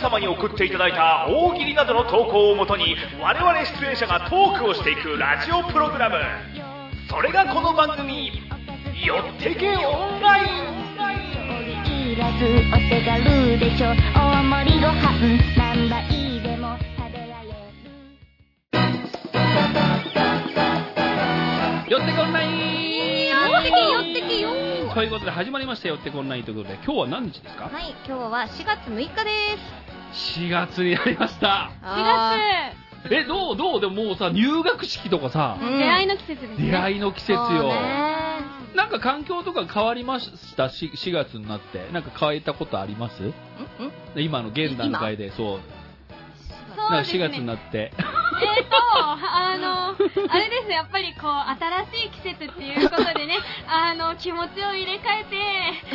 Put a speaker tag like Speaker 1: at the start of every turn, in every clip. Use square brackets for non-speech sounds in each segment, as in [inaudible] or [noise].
Speaker 1: 様に送っていただいた大喜利などの投稿をもとに我々出演者がトークをしていくラジオプログラムそれがこの番組「よってけオンライン」
Speaker 2: いらずお手軽でしょ大盛りご飯何杯でも食べられる
Speaker 3: 寄ってこんない
Speaker 4: 寄ってけ寄ってけよ
Speaker 3: ということで始まりましたよってこんないということで今日は何日ですか
Speaker 4: はい今日は4月6日です
Speaker 3: 4月になりました
Speaker 4: あ
Speaker 3: えどうどうでももうさ入学式とかさ
Speaker 4: う
Speaker 5: 4
Speaker 4: ん
Speaker 5: 月出会いの季節ですね
Speaker 3: 出会いの季節
Speaker 4: そう
Speaker 3: よ
Speaker 4: ね
Speaker 3: なんか環境とか変わりましたし4月になってなんか変えたことあります
Speaker 4: んん
Speaker 3: 今の現段階でそう
Speaker 5: そうですね
Speaker 3: なんか4月になって
Speaker 5: えーとは
Speaker 3: [laughs]
Speaker 5: あのあれですやっぱりこう新しい季節っていうことでねあの気持ちを入れ替え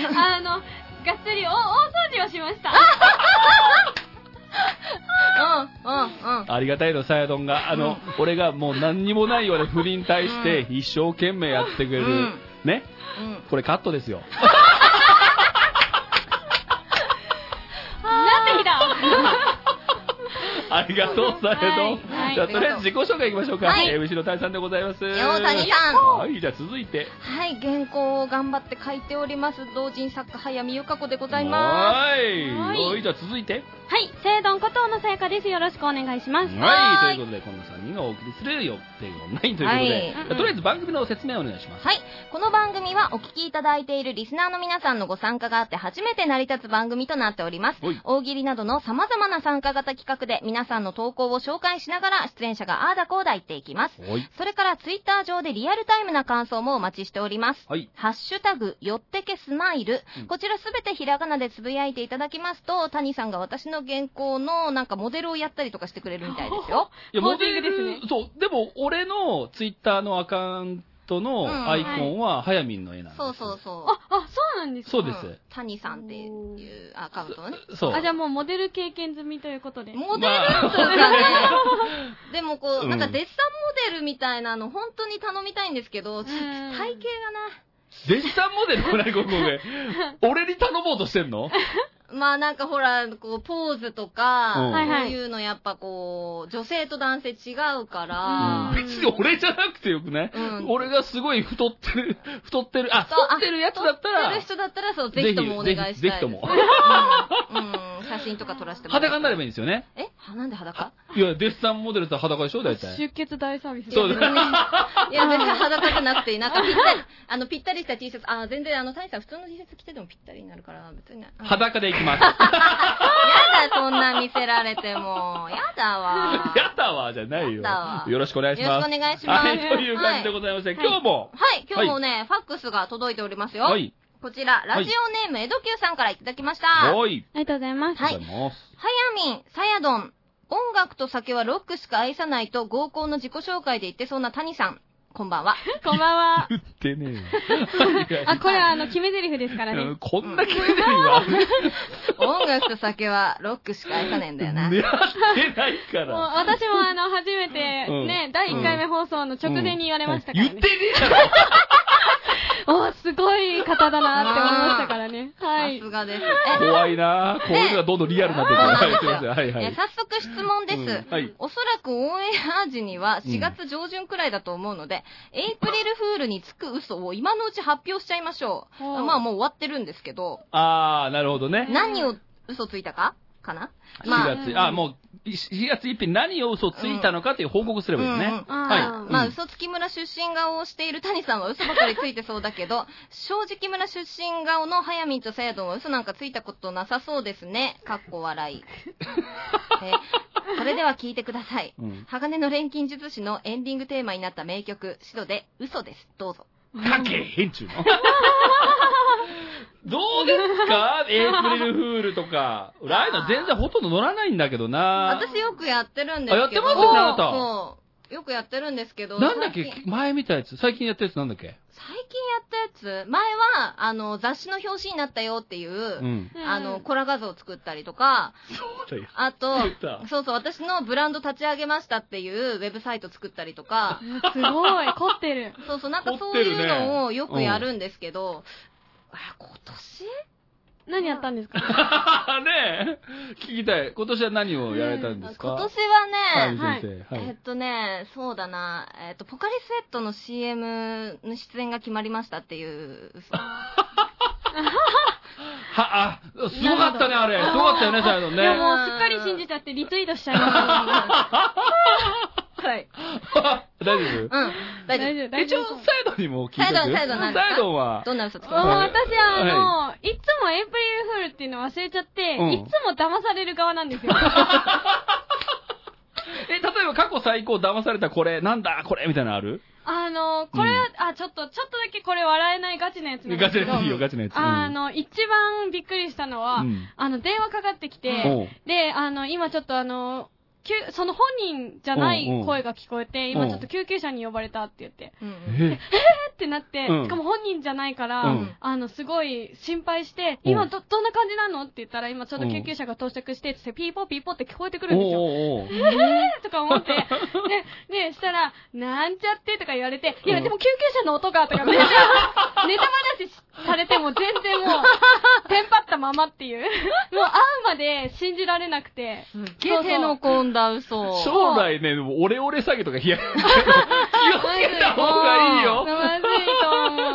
Speaker 5: てあのがっつりお大掃除をしました
Speaker 4: うんうんうん
Speaker 3: ありがたいの、さやどんが。あの、俺がもう何にもないような不倫に対して一生懸命やってくれる。
Speaker 4: うん
Speaker 3: ね。
Speaker 4: うん
Speaker 3: これカットですよ。
Speaker 5: なってきた
Speaker 3: ありがとう、さやどん。
Speaker 5: はい
Speaker 3: じゃあ、とりあえず自己紹介いきましょうか。
Speaker 4: はい
Speaker 3: MC の大さんでございます。
Speaker 4: 山谷さん
Speaker 3: はい、じゃあ続いて。
Speaker 4: はい原稿を頑張って書いております同人作家早見由香子でございま
Speaker 3: はーい。
Speaker 5: はい
Speaker 3: はい、じゃあ続いて。
Speaker 5: はい聖丼ことのさやかですよろしくお願いします
Speaker 3: はい。ということで、この3人がお送りする予定がないということで、
Speaker 4: はい
Speaker 3: じゃあとりあえず番組の説明をお願いします
Speaker 4: す。はいこの番組はお聞きいただいているリスナーの皆さんのご参加があって初めて成り立つ番組となっております
Speaker 3: はい
Speaker 4: 大喜利などの様々な参加型企画で皆さんの投稿を紹介しながら出演者があーだこーだ言っていきます
Speaker 3: はい。
Speaker 4: それからツイッター上でリアルタイムな感想もお待ちしております。
Speaker 3: はい。
Speaker 4: ハッシュタグ、よってけスマイル
Speaker 3: うん。
Speaker 4: こちらすべてひらがなでつぶやいていただきますと、谷さんが私の原稿のなんかモデルをやったりとかしてくれるみたいですよ。
Speaker 3: いや、
Speaker 5: ポ
Speaker 3: モ
Speaker 5: ージン
Speaker 3: デ
Speaker 5: グですね
Speaker 3: ル、そう、でも俺のツイッターのアカウントのアイコンは、はやみんの絵なんです。
Speaker 4: そうそうそう。
Speaker 5: ああそうなんですか
Speaker 3: そうです
Speaker 4: ん谷さんっていうアカウントのね。
Speaker 3: そう。
Speaker 5: あじゃあもうモデル経験済みということで
Speaker 4: モデルっていうかね、
Speaker 3: [laughs]
Speaker 4: でもこう、なんかデッサンモデルみたいなの本当に頼みたいんですけど、ちょっと体型が
Speaker 3: デジタルモデルもない、ここで。俺に頼もうとしてんの
Speaker 4: な、まあなんかほら、こう、ポーズとか、
Speaker 3: うん
Speaker 5: はいは
Speaker 4: そう
Speaker 5: い
Speaker 4: いうのやっぱこう、女性と男性違うから、
Speaker 5: うん
Speaker 3: 別に俺じゃなくてよくない、
Speaker 4: うん
Speaker 3: 俺がすごい太ってる、 [laughs] 太ってる、あ、
Speaker 4: そうあ
Speaker 3: 太ってるやつだった
Speaker 4: 撮って
Speaker 3: ら
Speaker 4: る、人だったら、そう、ぜひともお願いしたいです。
Speaker 3: ぜひぜひとも
Speaker 4: うん。うん写真とか撮らせてもら
Speaker 3: 裸になれば
Speaker 4: い
Speaker 3: いいんですよね。
Speaker 4: い。えはなんで裸
Speaker 3: いや、デッサンモデルって裸でしょ大体。
Speaker 5: 出血大サービス
Speaker 3: そう
Speaker 4: い
Speaker 3: だ
Speaker 4: や別にいや、別に裸じゃなくていい、なんかぴった
Speaker 3: [laughs]
Speaker 4: り、あの、ぴったりした T シャツ、あ、全然、あの、谷さん普通の T シャツ着ててもぴったりになるから、別に。あ
Speaker 3: 裸でいきます。
Speaker 4: やだ、そんな見せられても。やだわ。
Speaker 3: [laughs] やだわ、じゃない
Speaker 4: や
Speaker 3: よ
Speaker 4: だわ。
Speaker 3: よろしくお願いし
Speaker 4: よろ
Speaker 3: ます。
Speaker 4: しくお願いします
Speaker 3: はい、という感じでございまして、
Speaker 5: はい
Speaker 3: 今日も、
Speaker 4: はい、今日もね、ファックスが届いておりますよ。
Speaker 3: はい、
Speaker 4: こちら、ラジオネーム、江戸急さんからいただきました。は
Speaker 3: はい、
Speaker 5: ありがとうございます
Speaker 3: ありがとうございます。
Speaker 4: やみん、さやどん、音楽と酒はロックしか愛さないと合コンの自己紹介で言ってそうな谷さん、こんば
Speaker 3: [laughs]
Speaker 4: んは。
Speaker 5: こんばんは
Speaker 3: 言ってねえよ
Speaker 5: あ、これあの、決め台詞ですから
Speaker 3: う
Speaker 5: ね
Speaker 3: ん。こんな決め台詞は、
Speaker 4: 音楽と酒はロックしか愛さねえんだよな。
Speaker 3: 狙ってないか
Speaker 5: もう
Speaker 3: ら。
Speaker 5: 私もあの、初めて、
Speaker 3: うん
Speaker 5: ね、第1回目放送の直前に言われましたから
Speaker 3: 言って
Speaker 5: ね
Speaker 3: ね。えだろ
Speaker 5: おすごい方だなって思いましたから
Speaker 3: [laughs]
Speaker 5: ね。は
Speaker 4: さ
Speaker 5: い。
Speaker 4: すがです。
Speaker 3: 怖いなぁこういうのがどんどんリアルになってくる。はい
Speaker 4: え、
Speaker 3: はい
Speaker 4: え。早速質問です。
Speaker 3: うんはい
Speaker 4: おそらくオンエア時には4月上旬くらいだと思うので、エイプリルフールにつく嘘を今のうち発表しちゃいましょう。
Speaker 5: ほう
Speaker 4: まあもう終わってるんですけど、
Speaker 3: あー、なるほどね。
Speaker 4: 何を嘘ついたかかなまあ、
Speaker 3: 4月、あ、もう、4月1日に何を嘘ついたのかっていう報告すればいいです
Speaker 4: うんう
Speaker 3: ね
Speaker 4: ん。
Speaker 3: は
Speaker 5: う
Speaker 3: い。
Speaker 4: まあ、
Speaker 3: うん
Speaker 4: 嘘つき村出身顔をしている谷さんは嘘ばかりついてそうだけ
Speaker 3: [laughs]
Speaker 4: ど、正直村出身顔の早見と聖丼は嘘なんかついたことなさそうですね。かっ
Speaker 3: [laughs]
Speaker 4: こ笑い。えそれでは聞いてください。
Speaker 3: うん
Speaker 4: 鋼の錬金術師のエンディングテーマになった名曲、シドで嘘です。どうぞ。
Speaker 3: 関係へんちゅうの。どうです
Speaker 4: [laughs]
Speaker 3: かエイプリルフールとか。ライナー全然ほとんど乗らないんだけどな
Speaker 4: 私よくやってるんです
Speaker 3: あ
Speaker 4: けど。
Speaker 3: やってますよねあなた
Speaker 4: そう。よくやってるんですけど。
Speaker 3: なんだっけ
Speaker 4: 最近
Speaker 3: 前見たやつ。最近やったやつなんだっけ
Speaker 4: 最近やったやつ、前は、あの、雑誌の表紙になったよっていう、
Speaker 3: うん。
Speaker 5: うん
Speaker 4: あの、コラ画像を作ったりとか、
Speaker 3: そうだ [laughs] よ。
Speaker 4: あと
Speaker 3: 作った、
Speaker 4: そうそう、私のブランド立ち上げましたっていうウェブサイト作ったり
Speaker 3: [laughs]
Speaker 4: とか、
Speaker 5: すごい、凝ってる。
Speaker 4: そうそう、なんか
Speaker 3: 凝
Speaker 4: そ
Speaker 3: っ
Speaker 4: う
Speaker 3: てるね
Speaker 4: いうのをよくやるんですけど、あ今年
Speaker 5: 何やった
Speaker 3: [laughs]
Speaker 5: んですか
Speaker 3: ねえ聞きたい。今年は何をやられたんですか
Speaker 4: 今年はね、
Speaker 3: はい、先生。は
Speaker 4: えっ
Speaker 3: い。
Speaker 4: とね、そうだな、えっと、ポカリスエットの CM の出演が決まりましたっていう
Speaker 3: [laughs]
Speaker 4: 嘘。
Speaker 3: は、あ、すごかったね、あれ。すごかったよね、サイ
Speaker 4: [laughs]
Speaker 3: ドン
Speaker 5: いや
Speaker 3: ね。
Speaker 5: もうすっかり信じちゃってリツイートしちゃいま
Speaker 4: はい。
Speaker 3: [laughs] 大丈夫
Speaker 4: うん、大丈夫。
Speaker 5: 丈夫
Speaker 3: 一応、サイドンにも聞いてる。
Speaker 4: サイドンサイドンなんですか
Speaker 3: サイドンは、
Speaker 4: どんな嘘つき
Speaker 5: す。
Speaker 4: ま
Speaker 5: も
Speaker 4: し
Speaker 5: う
Speaker 4: た
Speaker 5: 私あの、いつもエイプリルフールっていうの忘れちゃって、
Speaker 3: うん
Speaker 5: いつも騙される側なんで
Speaker 3: [laughs]
Speaker 5: すよ。
Speaker 3: え、例えば過去最高騙されたこれ、なんだこれみたいなのある
Speaker 5: あの、これ、
Speaker 3: うん
Speaker 5: あ、ちょっと、ちょっとだけこれ笑えないガチなやつなんで
Speaker 3: ガ
Speaker 5: すけ
Speaker 3: チ
Speaker 5: ど。
Speaker 3: なやついいよ、ガチなやつ。うん
Speaker 5: あ、の、一番びっくりしたのは、
Speaker 3: うん
Speaker 5: あの、電話かかってきて、
Speaker 3: おう
Speaker 5: で、あの、今ちょっとあの、きゅその本人じゃない
Speaker 3: うんうん
Speaker 5: 声が聞こえ
Speaker 3: う
Speaker 5: て、今
Speaker 3: ん
Speaker 5: ちょっと救急車に呼ばれたって言って、
Speaker 4: うんうん
Speaker 3: え、
Speaker 5: えってなって、
Speaker 3: うん
Speaker 5: しかも本人じゃないから、
Speaker 3: うん
Speaker 5: あの、すごい心配して、
Speaker 3: うん
Speaker 5: 今ど、どんな感じなのって言ったら、今ちょっと救急車が到着して、つってピーポーピーポーって聞こえてくるんですよ。
Speaker 3: おうおうおう
Speaker 5: えーとか思って、で、で、したら、なんちゃってとか言われて、いや、
Speaker 3: うん
Speaker 5: でも救急車の音
Speaker 4: [laughs]
Speaker 5: が、とか、めっちゃ、ネタ話されても全然もう、テンパったままっていう。もう会うまで信じられなくて。
Speaker 4: すっげえ手の込んだ嘘。
Speaker 3: 将来ね、でもオレオレ詐欺とか冷や [laughs] 気をつけた方がいい
Speaker 5: ま
Speaker 3: よ。
Speaker 5: ずいと思う。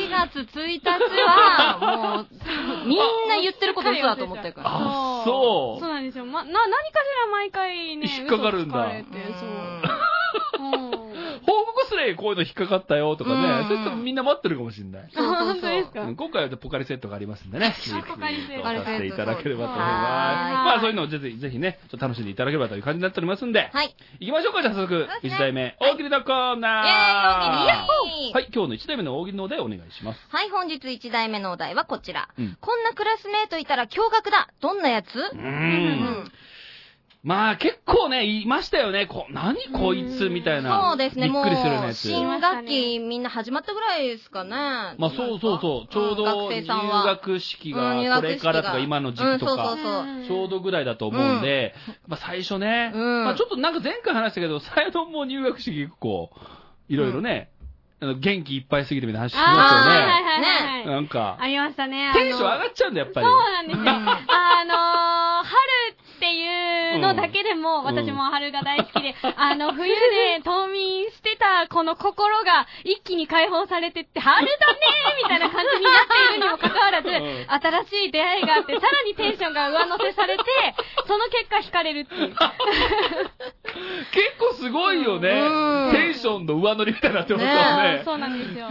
Speaker 4: 4月1日
Speaker 3: [laughs]
Speaker 4: は、もう、みんな言ってること嘘だと思ってるから。
Speaker 3: あそう
Speaker 5: そうなんですよ。ま、な、何かしら毎回ね、
Speaker 3: 引っかかるんだ
Speaker 5: 嘘つかれてそう。うん
Speaker 3: 報告すれこういうの引っかかったよとか
Speaker 4: うんう
Speaker 3: ね
Speaker 4: ん、
Speaker 3: そういう人みんな待ってるかもしれない。
Speaker 4: [laughs] そうそうそう
Speaker 5: あ本当ですか
Speaker 3: うん今回はポカリセットがありますんでね、ぜひ
Speaker 5: ポカリセッ
Speaker 3: さ
Speaker 5: ト
Speaker 3: せていただければと思い
Speaker 4: は
Speaker 3: ます。
Speaker 4: い
Speaker 3: まあそういうのをぜひ、ぜひね、ちょっと楽しんでいただければという感じになっておりますんで、
Speaker 4: はい。
Speaker 3: 行きましょうか、じゃあ早速、
Speaker 4: そうですね
Speaker 3: 1題目、大喜利のコー
Speaker 4: イ
Speaker 3: ナー
Speaker 4: ェーイ大喜利
Speaker 3: はい、今日の1題目の大喜利のお題をお願いします。
Speaker 4: はい、本日1題目のお題はこちら。
Speaker 3: うん
Speaker 4: こんなクラスメイトいたら驚愕だどんなやつ
Speaker 3: う。
Speaker 4: うん
Speaker 3: まあ結構ね、いましたよね。こ何こいつみたいな。
Speaker 4: そうですね、
Speaker 3: び
Speaker 4: も
Speaker 3: っ
Speaker 4: う
Speaker 3: くりするようなや、つ。
Speaker 4: 新学期みんな始まったぐらいですかね。
Speaker 3: まあそうそうそう。ちょうど
Speaker 4: 学
Speaker 3: 入
Speaker 4: 生さんは
Speaker 3: 学式
Speaker 4: うん入
Speaker 3: がこ
Speaker 4: 学
Speaker 3: れ
Speaker 4: 式
Speaker 3: か
Speaker 4: が
Speaker 3: らとか今の時期と
Speaker 4: う
Speaker 3: か
Speaker 4: ん、そう
Speaker 3: ちょうどぐらいだと思うんで、まあ最初ね、
Speaker 4: うん
Speaker 3: まあちょっとなんか前回話したけど、サイドンも入学式結構、いろいろね、あの元気いっぱいすぎてみたいな話しま
Speaker 5: あ
Speaker 4: ー
Speaker 5: ー、はいはいはい
Speaker 3: すよね。
Speaker 5: はい。
Speaker 3: なんか
Speaker 5: あ、りましたね。あの
Speaker 3: テンション上がっちゃうんだよ、やっぱり。
Speaker 5: そうなんですよ。
Speaker 4: うん
Speaker 5: あのー、春っていうのだけでも、
Speaker 3: ん
Speaker 5: 私も春が大好きで、あの、冬で冬眠してたこの心が一気に解放されてって、春だねーみたいな感じになっているにもかかわらず、
Speaker 3: ん
Speaker 5: 新しい出会いがあって、さらにテンションが上乗せされて、その結果惹かれるっていう。
Speaker 3: 結構すごいよね
Speaker 4: うん。
Speaker 3: テンションの上乗りみたいになってますよ
Speaker 4: ね
Speaker 3: ね。
Speaker 5: [laughs] そうなんですよ。
Speaker 3: へ
Speaker 5: う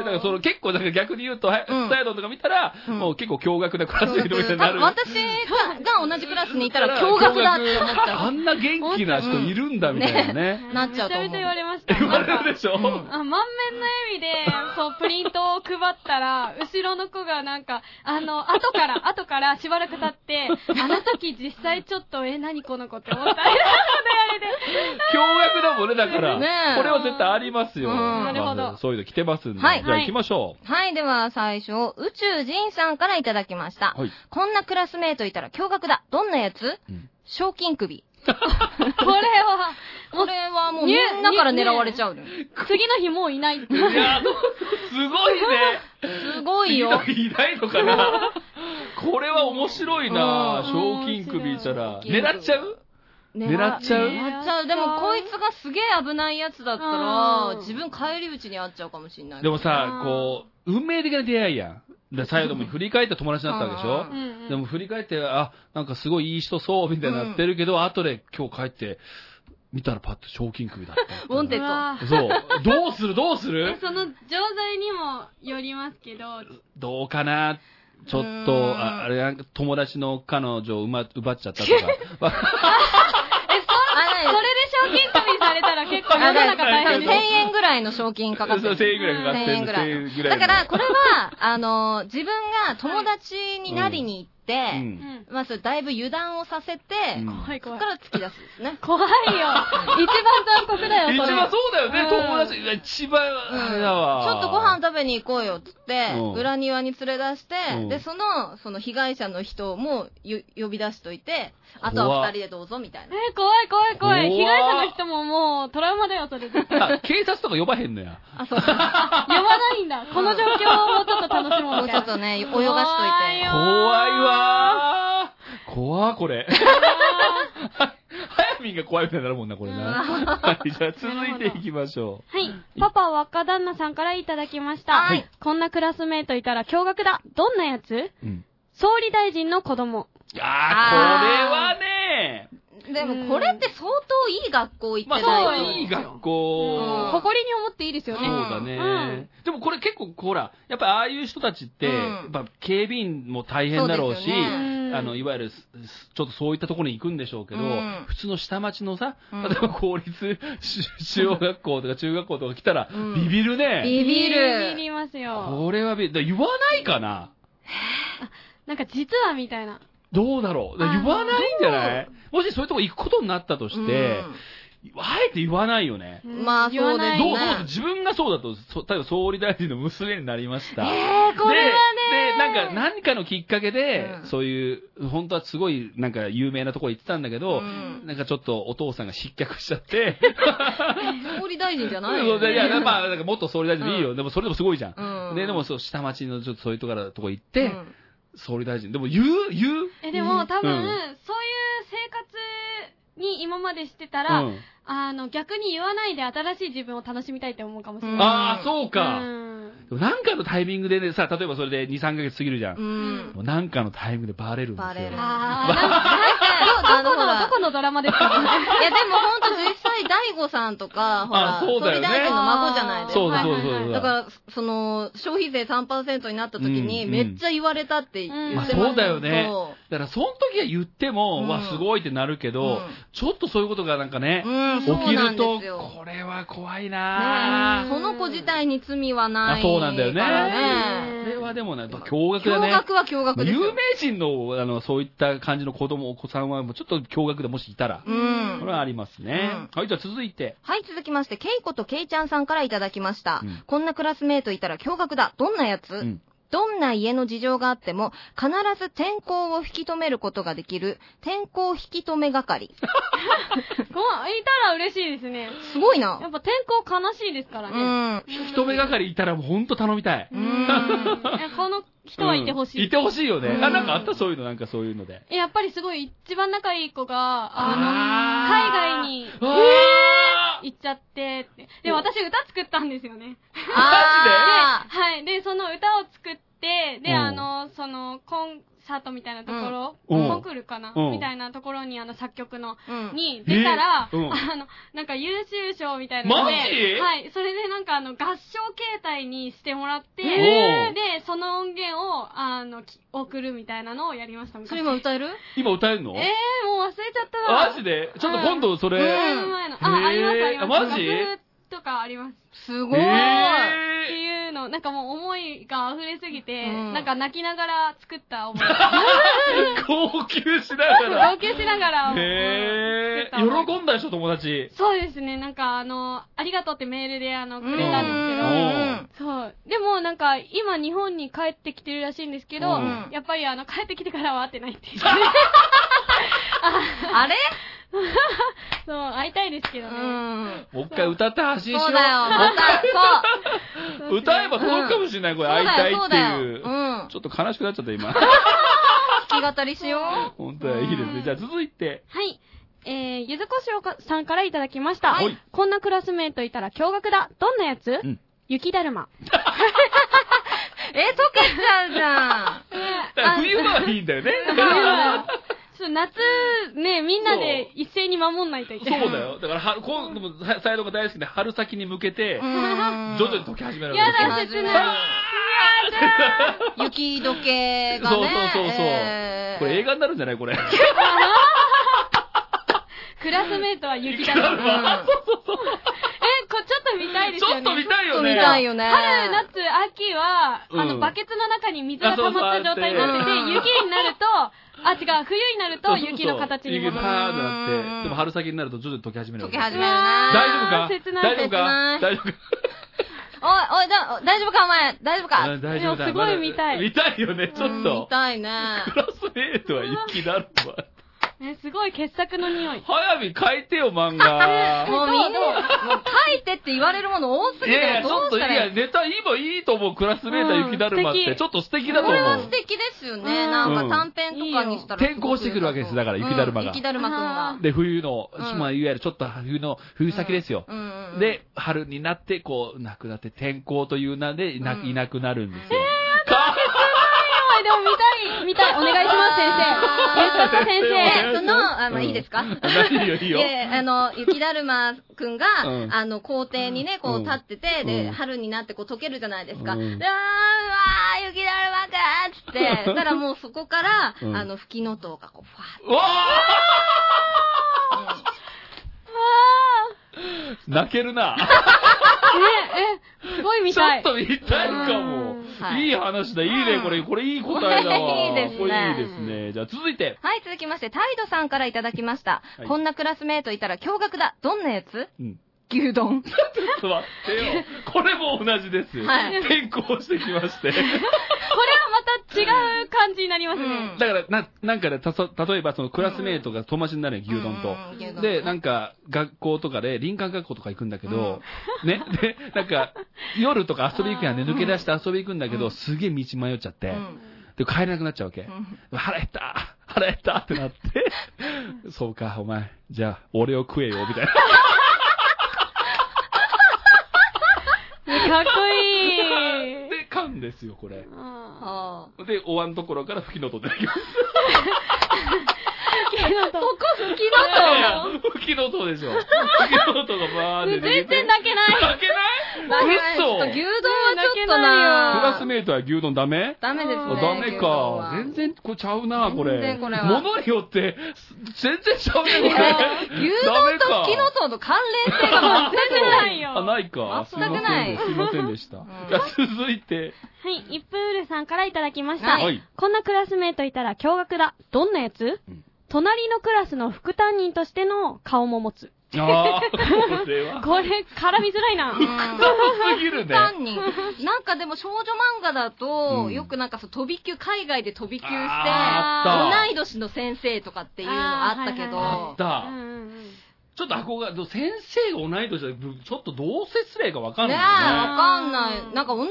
Speaker 3: ー。だ
Speaker 5: ん
Speaker 3: からその結構、だから逆に言うと、はい
Speaker 4: うん
Speaker 3: サイドンとか見たら、
Speaker 4: うん
Speaker 3: もう結構驚愕なクラスメイトみたいにな
Speaker 4: あ
Speaker 3: る。
Speaker 4: 私が同じクラスにいたら驚愕だって思っち
Speaker 3: あ
Speaker 4: ゃ
Speaker 3: んな元気な人いるんだみたいなね。
Speaker 4: なっちゃうと思う
Speaker 5: めちゃめちゃ言われました。
Speaker 3: 言われるでしょ、
Speaker 4: うん
Speaker 5: あ満面の笑みで、こう、プリントを配ったら、後ろの子がなんか、あの、後から、後からしばらく経って、あの時実際ちょっと、え、何この子って思った
Speaker 3: [laughs]
Speaker 5: みたいな
Speaker 3: 驚愕だもんね、だから。
Speaker 4: ねえ
Speaker 3: これは絶対ありますよ。
Speaker 4: うん
Speaker 3: まあ
Speaker 5: なるほど
Speaker 3: そういうの来てますんで。
Speaker 4: はい
Speaker 3: じゃあ行きましょ
Speaker 4: う。はい、では最初、宇宙人さんからいただきました
Speaker 3: う。。はい。
Speaker 4: こんなクラスメイトいたら驚愕だどんなやつ
Speaker 3: うん
Speaker 4: 賞金首。
Speaker 5: これは、
Speaker 4: これはもうみ
Speaker 5: ね
Speaker 4: んなから狙われちゃうのよ。
Speaker 5: 次の日もういないって
Speaker 3: い
Speaker 5: いう。
Speaker 3: や、すごいね。
Speaker 4: すご [laughs] いよ。
Speaker 3: いないのかなこれは面白いな
Speaker 4: う
Speaker 3: 賞金首いたら。
Speaker 4: 面白い
Speaker 3: [laughs] 狙っちゃう狙っちゃう
Speaker 4: 狙っちゃう。でもこいつがすげえ危ないやつだった
Speaker 5: う
Speaker 4: ら
Speaker 5: ん、
Speaker 4: 自分帰り討ちに会っちゃうかもしんない。
Speaker 3: でもさ
Speaker 5: あ、ー
Speaker 3: こう、運命的な出会いやん。で、最後も振り返って友達になったわけでしょ
Speaker 5: う、んうん
Speaker 3: でも振り返って、あ、なんかすごいいい人そう、みたいになってるけど、後で今日帰って、見たらパッと賞金首だった。
Speaker 4: ウォンテ
Speaker 5: うわ
Speaker 3: そう。どうするどうす
Speaker 5: え
Speaker 3: る
Speaker 5: その、錠剤にもよりますけど、
Speaker 3: どうかなちょっ
Speaker 4: うーん
Speaker 3: と、ああれなんか友達の彼女をうま奪っちゃったとか。
Speaker 4: あ
Speaker 5: それで賞金首にされたら結構
Speaker 4: あ
Speaker 5: 世の
Speaker 4: だ
Speaker 5: 中
Speaker 4: から多
Speaker 5: 大変
Speaker 4: 分
Speaker 5: で
Speaker 4: 1000円ぐらいの賞金かかって
Speaker 3: [laughs] そう
Speaker 4: る。
Speaker 3: 1000円ぐらいかかって
Speaker 4: 1000円
Speaker 3: る。
Speaker 4: ぐらい
Speaker 3: 1000円ぐらいの
Speaker 4: だから、これは、あの、自分が友達になりに行って、
Speaker 3: うん
Speaker 5: うん
Speaker 4: まあ、それだいぶ油断をさせて、
Speaker 3: うん
Speaker 5: 怖い
Speaker 4: そ
Speaker 5: 怖
Speaker 4: こか。
Speaker 5: い
Speaker 4: ら突き出すんですね。
Speaker 5: 怖
Speaker 3: [laughs]
Speaker 5: いよ。一番残酷だよ、
Speaker 3: 一
Speaker 5: それ。
Speaker 3: 番そうだよね、
Speaker 5: うん
Speaker 3: 友達。一番、あれだ
Speaker 4: ち
Speaker 3: わ。
Speaker 4: ょっとご飯食べに行こうよっつって
Speaker 3: うん、
Speaker 4: 裏庭に連れ出して
Speaker 3: うん、
Speaker 4: で、その、その被害者の人もよ呼び出しといて、あとは二人でどうぞみたいな。
Speaker 5: え、怖い怖い怖い。
Speaker 3: 怖い
Speaker 5: 被害者の人ももうトラウマだよ、それ絶対。
Speaker 3: あ警察とか呼ばへんのや。
Speaker 4: あ、そうそう。
Speaker 3: [laughs]
Speaker 5: 呼ばないんだ。この状況をもうちょっと楽しもう
Speaker 4: もう
Speaker 5: み
Speaker 4: ち
Speaker 5: た
Speaker 4: ょ
Speaker 5: い
Speaker 4: っ
Speaker 5: な。
Speaker 4: とね、泳がしとい
Speaker 5: 怖い
Speaker 4: て
Speaker 5: よ。
Speaker 3: 怖いわー。怖ー、これ。早見が怖いみたいになるもんな、これな。はい、じゃあ続いていきましょ
Speaker 5: はい。パパ若旦那さんからいただきました。
Speaker 4: はい
Speaker 5: こんなクラスメイトいたら驚愕だ。どんなやつ
Speaker 3: う。うん。
Speaker 5: 総理大臣の子供。
Speaker 3: いやー、これはね、
Speaker 4: でもこれって相当いい学校行っ
Speaker 3: まあ、
Speaker 4: て
Speaker 5: そう
Speaker 4: ないい
Speaker 5: よ
Speaker 4: と。
Speaker 3: いい学
Speaker 4: うん
Speaker 3: 校。
Speaker 5: 誇りに思っていいですよ
Speaker 3: そう
Speaker 5: ね。
Speaker 3: だね、
Speaker 5: うん
Speaker 3: でもこれ結構、ほら、やっぱりああいう人たちって、
Speaker 4: うん
Speaker 3: やっぱ警備員も大変だろうし、
Speaker 4: そうですよね
Speaker 5: うん
Speaker 3: あの、いわゆるす、すちょっとそういったところに行くんでしょうけど、
Speaker 4: うん
Speaker 3: 普通の下町のさ、
Speaker 4: うん
Speaker 3: 例えば公立 [laughs] し中央学校とか中学校とか来たら、
Speaker 4: うん
Speaker 3: ビビるね。
Speaker 4: ビビ
Speaker 5: ビ
Speaker 4: る。
Speaker 5: りますよ。
Speaker 3: これはビビる。だ言わないかな
Speaker 5: なんか実はみたいな。
Speaker 3: どうだろうだ
Speaker 5: あー
Speaker 3: 言わないんじゃないもしそういうとこ行くことになったとして、あえて言わないよね。
Speaker 5: うん
Speaker 4: まあそうですね
Speaker 5: 言わない
Speaker 3: どう
Speaker 5: な
Speaker 3: どう自分がそうだと、そ例えば総理大臣の娘になりました。
Speaker 4: えー、これはね。
Speaker 3: で、なんか、何かのきっかけで、
Speaker 4: うん
Speaker 3: そういう、本当はすごい、なんか、有名なとこ行ってたんだけど、
Speaker 4: うん
Speaker 3: なんかちょっとお父さんが失脚しちゃって、
Speaker 4: 総理大臣じゃない
Speaker 3: そう
Speaker 4: よ
Speaker 3: そう
Speaker 4: ね
Speaker 3: いや、まあ、なんか元総理大臣でいいよ。でも、それでもすごいじゃん。
Speaker 4: うん
Speaker 3: で、でも、そう、下町のちょっとそういうとこからとこ行っ
Speaker 4: う
Speaker 3: て、
Speaker 4: ん
Speaker 3: 総理大臣。でも、言う言う
Speaker 5: え、でも多分、
Speaker 3: うん
Speaker 5: そういう生活に今までしてたら、
Speaker 3: うん
Speaker 5: あの、逆に言わないで新しい自分を楽しみたいって思うかもしれない。
Speaker 3: ああ、そうか。
Speaker 5: うん
Speaker 3: でもなんかのタイミングでね、さ、例えばそれで2、3ヶ月過ぎるじゃん。
Speaker 4: うん。
Speaker 3: もうなんかのタイミングでバレるんですよ。
Speaker 4: バレる
Speaker 5: あ
Speaker 3: [laughs]
Speaker 4: あ
Speaker 5: あ、
Speaker 4: のほ
Speaker 5: どこの、
Speaker 4: ら
Speaker 5: どこのドラマですか
Speaker 4: いや、でもほんと実際、大悟さんとか、ほら、
Speaker 3: あそう
Speaker 4: 総
Speaker 3: だ
Speaker 4: 理
Speaker 3: よね
Speaker 4: 大臣の孫じゃないです
Speaker 3: そう
Speaker 4: か。
Speaker 3: だそうだそうだ
Speaker 5: はいはいはい
Speaker 4: だから、その、消費税3%になった時に、
Speaker 3: うん
Speaker 4: めっちゃ言われたって言
Speaker 5: うん
Speaker 3: ま
Speaker 4: っ
Speaker 3: あ
Speaker 4: て
Speaker 3: そうだよね。
Speaker 4: そ
Speaker 3: だからその時は言っても、
Speaker 4: うん
Speaker 3: わ、すごいってなるけど、
Speaker 4: うん
Speaker 3: ちょっとそういうことがなんかね
Speaker 4: う。、うん、
Speaker 3: 起
Speaker 4: そう
Speaker 3: き
Speaker 4: な
Speaker 3: る
Speaker 4: ん
Speaker 3: と
Speaker 4: です、よ。
Speaker 3: これは怖い
Speaker 4: ね
Speaker 3: なぁ。
Speaker 4: えその子自体に罪はない
Speaker 3: まあそうなんだよね
Speaker 4: からね
Speaker 3: これはでもね、やっぱ驚愕
Speaker 4: 驚
Speaker 3: だね。
Speaker 4: 愕は驚愕です
Speaker 3: 有
Speaker 4: よ
Speaker 3: 名。人の、あの、そういった感じの子供、お子さんは、もうちょっと驚愕でもしいたら、
Speaker 4: う
Speaker 3: こ
Speaker 4: ん
Speaker 3: れ。はありますね。はい、じゃあ続いて。
Speaker 4: はい、続きまして、ケイコとケイちゃんさんからいただきました。
Speaker 3: うん
Speaker 4: こんなクラスメイトいたら驚愕だ。どんなやつ、
Speaker 3: うん
Speaker 4: どんな家の事情があっても、必ず転校を引き止めることができる、転校引き止め係。
Speaker 5: ごいたら嬉しいですね。
Speaker 4: すごい
Speaker 5: やっ
Speaker 4: な。
Speaker 5: ぱ転校悲しいですか
Speaker 4: う
Speaker 5: ら
Speaker 3: [laughs]
Speaker 5: ね。
Speaker 4: ん。
Speaker 3: 一目がかりいたらもうほんと頼みたい。
Speaker 5: う
Speaker 4: うん
Speaker 5: んえこの人はいてほし
Speaker 3: うん
Speaker 5: い。
Speaker 3: いてほしいよね。
Speaker 4: うん
Speaker 3: あ、なんかあったそういうの、なんかそういうので。
Speaker 5: えやっぱりすごい一番仲いい子が、あの、海
Speaker 3: あー
Speaker 5: 外に
Speaker 3: あー
Speaker 5: 行っちゃってって。で、私歌作ったんですよね。
Speaker 4: あ
Speaker 5: はい。で、その歌を作って、で、
Speaker 3: うん
Speaker 5: あの、その、コンサートみたいなところ、
Speaker 3: うん
Speaker 5: コンクールかな
Speaker 3: うん
Speaker 5: みたいなところに、あの、作曲の、
Speaker 4: うん。
Speaker 5: に出たら、
Speaker 3: えうん
Speaker 5: あの、なんか優秀賞みたいなので、
Speaker 3: マジ
Speaker 5: はい。それでなんか、あの、合唱形態にしてもらって、
Speaker 3: えー
Speaker 5: で、その音源を、あの、き送るみたいなのをやりました。昔
Speaker 4: それ今歌える
Speaker 3: 今歌えるの
Speaker 5: えー、もう忘れちゃったわ。
Speaker 3: マジでちょっと今度それ。
Speaker 5: だいぶ前の。あ、あります、あります。
Speaker 3: マジ
Speaker 5: 楽譜とかあります。
Speaker 4: すごい。
Speaker 5: って
Speaker 3: え
Speaker 5: いうの、なんかもう思いが溢れすぎて、
Speaker 4: うん
Speaker 5: なんか泣きながら作った
Speaker 3: [laughs]
Speaker 5: 思い。
Speaker 3: ー、号泣しながら
Speaker 5: 号。泣しながら、
Speaker 3: へ
Speaker 5: うん
Speaker 3: ー、
Speaker 5: 作った思い
Speaker 3: 喜んだでしょ、友達。
Speaker 5: そうですね、なんかあの、ありがとうってメールであの、く
Speaker 4: うん
Speaker 5: れたんですけど、
Speaker 4: うん
Speaker 5: そう。でもなんか、今日本に帰ってきてるらしいんですけど、
Speaker 3: うん
Speaker 5: やっぱりあの、帰ってきてからは会ってないっ
Speaker 3: [laughs]
Speaker 5: ていう。
Speaker 4: あれ
Speaker 5: そう、会いたいですけど
Speaker 4: う
Speaker 5: ね。
Speaker 4: ん。
Speaker 3: もう一回歌って発信しよ
Speaker 4: そううだよ。また、そう。
Speaker 5: そうですね
Speaker 3: 歌えば届くかもしれない、これ。
Speaker 4: そ
Speaker 3: 会
Speaker 4: う
Speaker 3: い
Speaker 4: だ
Speaker 3: たい
Speaker 4: よ、そ
Speaker 3: っ
Speaker 4: う
Speaker 3: て
Speaker 4: だ
Speaker 3: い
Speaker 4: よ。
Speaker 3: う
Speaker 4: う。ん。
Speaker 3: ちょっと悲しくなっちゃった、
Speaker 4: [laughs]
Speaker 3: 今。
Speaker 4: 弾き語りしよう。
Speaker 3: 本当はいいですね。じゃあ続いて。
Speaker 5: はい。えー、ゆずこしおかさんからいただきました。
Speaker 3: はい
Speaker 5: こんなクラスメイトいたら驚愕だ。どんなやつ、
Speaker 3: うん
Speaker 5: 雪だるま。
Speaker 4: え、溶けちゃうじゃん。
Speaker 3: だから冬はいいんだよ
Speaker 4: [laughs]
Speaker 3: ね。 [laughs]
Speaker 5: そう夏、ね、みんなで一斉に守んないとい
Speaker 3: そう
Speaker 5: けな
Speaker 3: [laughs]
Speaker 5: い。
Speaker 3: だよ。だから、はこう、でも、はサイドが大好きで、春先に向けて、徐々に溶け始めるわけ
Speaker 5: や
Speaker 3: ですよ
Speaker 5: だ、切
Speaker 4: あ
Speaker 5: ない。
Speaker 4: [laughs] 雪解けがね。
Speaker 3: そうそうそうそう、
Speaker 4: えー
Speaker 3: これ映画になるんじゃないこれ。
Speaker 5: クラスメイトは雪だ
Speaker 3: 雪だ
Speaker 5: る
Speaker 3: る
Speaker 5: ま。
Speaker 3: ま
Speaker 5: え、こっちょっと見たいです
Speaker 3: ち
Speaker 5: よ
Speaker 3: ょ
Speaker 5: ね。
Speaker 3: っと見たい
Speaker 4: ちょっ
Speaker 3: よ
Speaker 4: と
Speaker 3: ね。
Speaker 4: 見たいよね。
Speaker 5: 春、夏、秋は、あ
Speaker 3: う
Speaker 5: の、
Speaker 3: ん
Speaker 5: バケツの中に水が溜まった状態に
Speaker 3: [laughs]
Speaker 4: あそうそ
Speaker 5: なってて、
Speaker 4: うあって
Speaker 5: 雪になると、あ、違う、冬になる
Speaker 3: そ
Speaker 5: と
Speaker 3: うそうそう
Speaker 5: 雪の形に
Speaker 3: 雪
Speaker 5: 戻
Speaker 3: が
Speaker 5: る
Speaker 3: パ。ーンってな
Speaker 4: う
Speaker 3: って、
Speaker 4: ん
Speaker 3: でも春先になると徐々に溶け始めるわ
Speaker 4: 溶
Speaker 3: け。
Speaker 4: け始める
Speaker 5: う
Speaker 4: な
Speaker 5: わ
Speaker 3: 大丈夫か
Speaker 5: 切ない
Speaker 3: 大丈夫か
Speaker 4: 切ない
Speaker 3: 大丈夫か
Speaker 4: おい、おい、だ大丈夫かお前。大丈夫か
Speaker 3: うん大丈夫だ
Speaker 5: でもすごい見たい
Speaker 3: まだ見たいよね、ちょっ
Speaker 4: うん見
Speaker 3: と。
Speaker 4: たいね。
Speaker 3: クラスメイトは行きだろ、お前
Speaker 5: ね、すごい傑作の匂い。
Speaker 3: 早見書いてよ、漫
Speaker 4: [laughs]
Speaker 3: 画。
Speaker 4: もうみんな、もう書いてって言われるもの多すぎ
Speaker 3: い
Speaker 4: て
Speaker 3: やいや、ち
Speaker 4: ど
Speaker 3: ょっ
Speaker 4: う
Speaker 3: と、
Speaker 4: し
Speaker 3: い
Speaker 4: たらい
Speaker 3: や、
Speaker 4: い
Speaker 3: ネタ今いいと思う、クラスメーター雪だるまっ
Speaker 5: う
Speaker 3: て。
Speaker 5: ん素敵
Speaker 3: ちょっと素敵だと
Speaker 4: こ
Speaker 3: 思
Speaker 4: れは素
Speaker 3: う。
Speaker 4: 敵ですよね。
Speaker 5: うん
Speaker 4: なんか短編とかにしたらすごく
Speaker 3: 転
Speaker 4: 良さそう。
Speaker 3: 校してくるわけですだから雪だるまが
Speaker 4: うん雪だるまくんが。
Speaker 3: で、冬の、
Speaker 4: うん
Speaker 3: まあ、いわゆるちょっと冬の、冬先ですよ。
Speaker 4: うんうんうん、
Speaker 3: で、春になって、こう、亡くなって、転校という名でいな,、
Speaker 4: うん
Speaker 3: いなくなるんですよ。
Speaker 5: はい、でも見たい、見たい。お願いします、
Speaker 3: [laughs]
Speaker 5: 先生。
Speaker 4: あ
Speaker 5: 作家先生。
Speaker 4: で、その、あまあ
Speaker 3: うん
Speaker 4: いいですか、
Speaker 3: 何 [laughs] いいよ、いいよ。
Speaker 4: で、あの、雪だるまくんが、
Speaker 3: うん
Speaker 4: あの、校庭にね、こう
Speaker 3: うん
Speaker 4: 立ってて、
Speaker 3: う
Speaker 4: で、
Speaker 3: ん
Speaker 4: 春になってこう溶けるじゃないですか。
Speaker 3: うん
Speaker 4: で、あー、うわー、雪だるまかーっ
Speaker 3: [laughs]
Speaker 4: つって、したらもうそこから、
Speaker 3: うん
Speaker 4: あの、吹きの塔がこう、フ
Speaker 3: うわ
Speaker 4: ァーって、
Speaker 3: ー泣けるな。
Speaker 5: ね、え、すごい見
Speaker 3: ちょ
Speaker 5: た
Speaker 3: っ
Speaker 5: い。
Speaker 3: と見たいかも
Speaker 5: うん。
Speaker 4: はい
Speaker 3: いい話だ、いいね、これ。これいい答えだわ。
Speaker 4: [laughs] いいですね
Speaker 3: これいいですね。じゃあ続いて。
Speaker 4: はい、続きまして、タイドさんからいただきました。
Speaker 3: はい
Speaker 4: こんなクラスメートいたら驚愕だ。どんなやつ
Speaker 3: うん。
Speaker 4: 牛丼。
Speaker 3: ちょっと待ってよ。
Speaker 4: [laughs]
Speaker 3: これも同じです。
Speaker 4: はい
Speaker 3: 転校してきまして。
Speaker 5: これはまた違う感じになりますね。
Speaker 3: [laughs]
Speaker 4: うん
Speaker 3: だから、な、なんかね、たそ、例えばそのクラスメイトが友達になるよ牛丼と。
Speaker 4: うん牛丼
Speaker 3: で、なんか、学校とかで、林間学校とか行くんだけど、 [laughs] ね、で、なんか、夜とか遊び行くやんね、抜け出して遊び行くんだけど、
Speaker 4: うん
Speaker 3: すげえ道迷っちゃって、
Speaker 4: うん
Speaker 3: で、帰れなくなっちゃうわけ。
Speaker 4: うん
Speaker 3: 腹減った腹減ったってなって、そうか、お前、じゃあ、俺を食えよ、みたいな。
Speaker 5: かっこいい。
Speaker 3: で、噛んですよ、これ。
Speaker 5: うん
Speaker 4: あー
Speaker 3: で、お椀のところから吹きのと出てきます。
Speaker 5: そこ吹き
Speaker 3: いやいや
Speaker 5: だと。
Speaker 3: 吹きの音でしょ。吹きの音がバー
Speaker 5: [laughs] 全
Speaker 3: って出てきて。
Speaker 5: 然泣けない。
Speaker 3: 泣け
Speaker 4: まあ
Speaker 3: ない
Speaker 4: ちょっと牛丼は
Speaker 3: 嘘ク
Speaker 4: ちょっとな
Speaker 5: うん
Speaker 3: ラスメイトは牛丼ダメ
Speaker 4: ダメです
Speaker 5: あ
Speaker 4: ね。
Speaker 5: ー
Speaker 3: ダメ
Speaker 4: 牛丼は
Speaker 3: か。全然これちゃうな、これ。
Speaker 4: 全然これは [laughs]
Speaker 3: 物によって、す全然ちゃうね、これ。
Speaker 4: 牛丼と吹きの塔の関連性が全く
Speaker 5: な
Speaker 4: ないい。
Speaker 5: よ。
Speaker 3: あ、ないか。
Speaker 4: 全くない
Speaker 3: すいませんでした。すいませんでした。
Speaker 4: ん
Speaker 3: じゃあ続いて。
Speaker 5: はい、一風ルさんからいただきました。
Speaker 4: はい
Speaker 3: はい
Speaker 5: こんなクラスメイトいたら驚愕だ。どんなやつ、
Speaker 3: うん
Speaker 5: 隣のクラスの副担任としての顔も持つ。
Speaker 3: あー、これは。
Speaker 5: これ、絡みづらいな。
Speaker 3: すぎるね。
Speaker 4: 単に。なんかでも少女漫画だと、
Speaker 3: うん
Speaker 4: よくなんかそう飛び級、海外で飛び級して、
Speaker 3: あー
Speaker 4: 同
Speaker 3: あった
Speaker 4: い年の先生とかっていうのがあったけど、
Speaker 5: あ
Speaker 3: あった
Speaker 5: うんうんうん
Speaker 3: ちょっと憧れ、でも先生が同い年だけどちょっとどう接すればいいかわかん
Speaker 4: ねえ、
Speaker 3: ない
Speaker 4: わ
Speaker 3: よね。
Speaker 4: かんない。なんか同じ、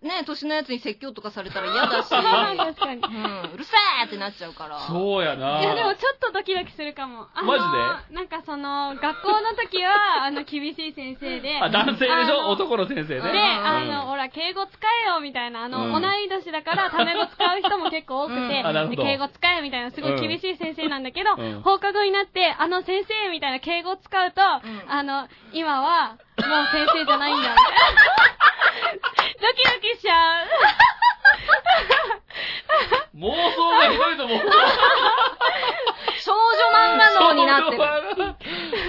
Speaker 4: ね、年のやつに説教とかされたら嫌
Speaker 3: [laughs]
Speaker 4: だし、
Speaker 5: 確かに。
Speaker 4: うん、うるせえってなっちゃうから。
Speaker 3: そうやな。
Speaker 5: いや、でもちょっとドキドキするかも。あの
Speaker 3: マ
Speaker 5: なんかその、学校の時は、 [laughs] あの、厳しい先生で。
Speaker 3: あ、男性でし
Speaker 5: あ
Speaker 3: ょ
Speaker 5: の
Speaker 3: 男の先生ね。
Speaker 5: で、
Speaker 4: うん
Speaker 5: あの、ほら、敬語使えよ、みたいな、あの、
Speaker 3: うん
Speaker 5: 同い年だから、タメ語使う人も結構多くて、
Speaker 4: うん
Speaker 3: [laughs] あなるほ
Speaker 5: で
Speaker 3: ど
Speaker 5: 敬語使え、みたいな、すごい厳しい先生なんだけど、
Speaker 3: うん
Speaker 5: 放課後になって、あの先生、みたいな敬語使うと、
Speaker 4: ん
Speaker 5: あの、今は、もう先生じゃない
Speaker 3: [laughs]
Speaker 5: んだ、みたいな。ドキドキしちゃう。
Speaker 3: 妄想がひどいと思う。
Speaker 4: 少女漫画脳になってる。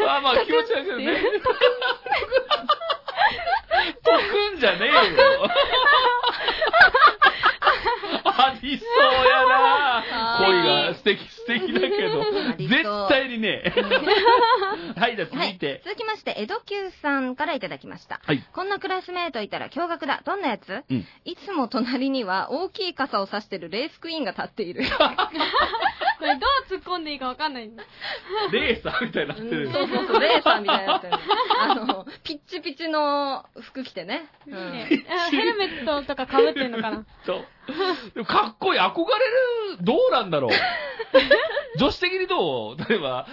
Speaker 3: まあまあ気持ち悪いけどね。とくんじゃねえよ。ありそうやな
Speaker 4: あー
Speaker 3: 恋が素敵素敵だ
Speaker 4: あ
Speaker 3: けど、
Speaker 4: りそう
Speaker 3: 絶対にねえ。はい、じゃあ続
Speaker 4: はいい。
Speaker 3: て。
Speaker 4: 続きまして、江戸急さんからいただきました。
Speaker 3: はい
Speaker 4: こんなクラスメートいたら驚愕だ。どんなやつ
Speaker 3: うん
Speaker 4: いつも隣には大きい傘を差してるレースクイーンが立っ
Speaker 3: [laughs]
Speaker 4: ている。
Speaker 5: これ、どう突っ込んでいいかわかんない。
Speaker 3: レーサーみたいになって
Speaker 4: そう
Speaker 3: る。
Speaker 4: そうそう、レーサーみたいになっ
Speaker 3: [laughs]
Speaker 4: てる。あの、ピッチピチの服着てね。うん
Speaker 5: ねあヘルメットとか被ってんのかな。
Speaker 3: [laughs] そう。でもかっこいい、憧れる、どうなんだろう。女子的にどう例えば、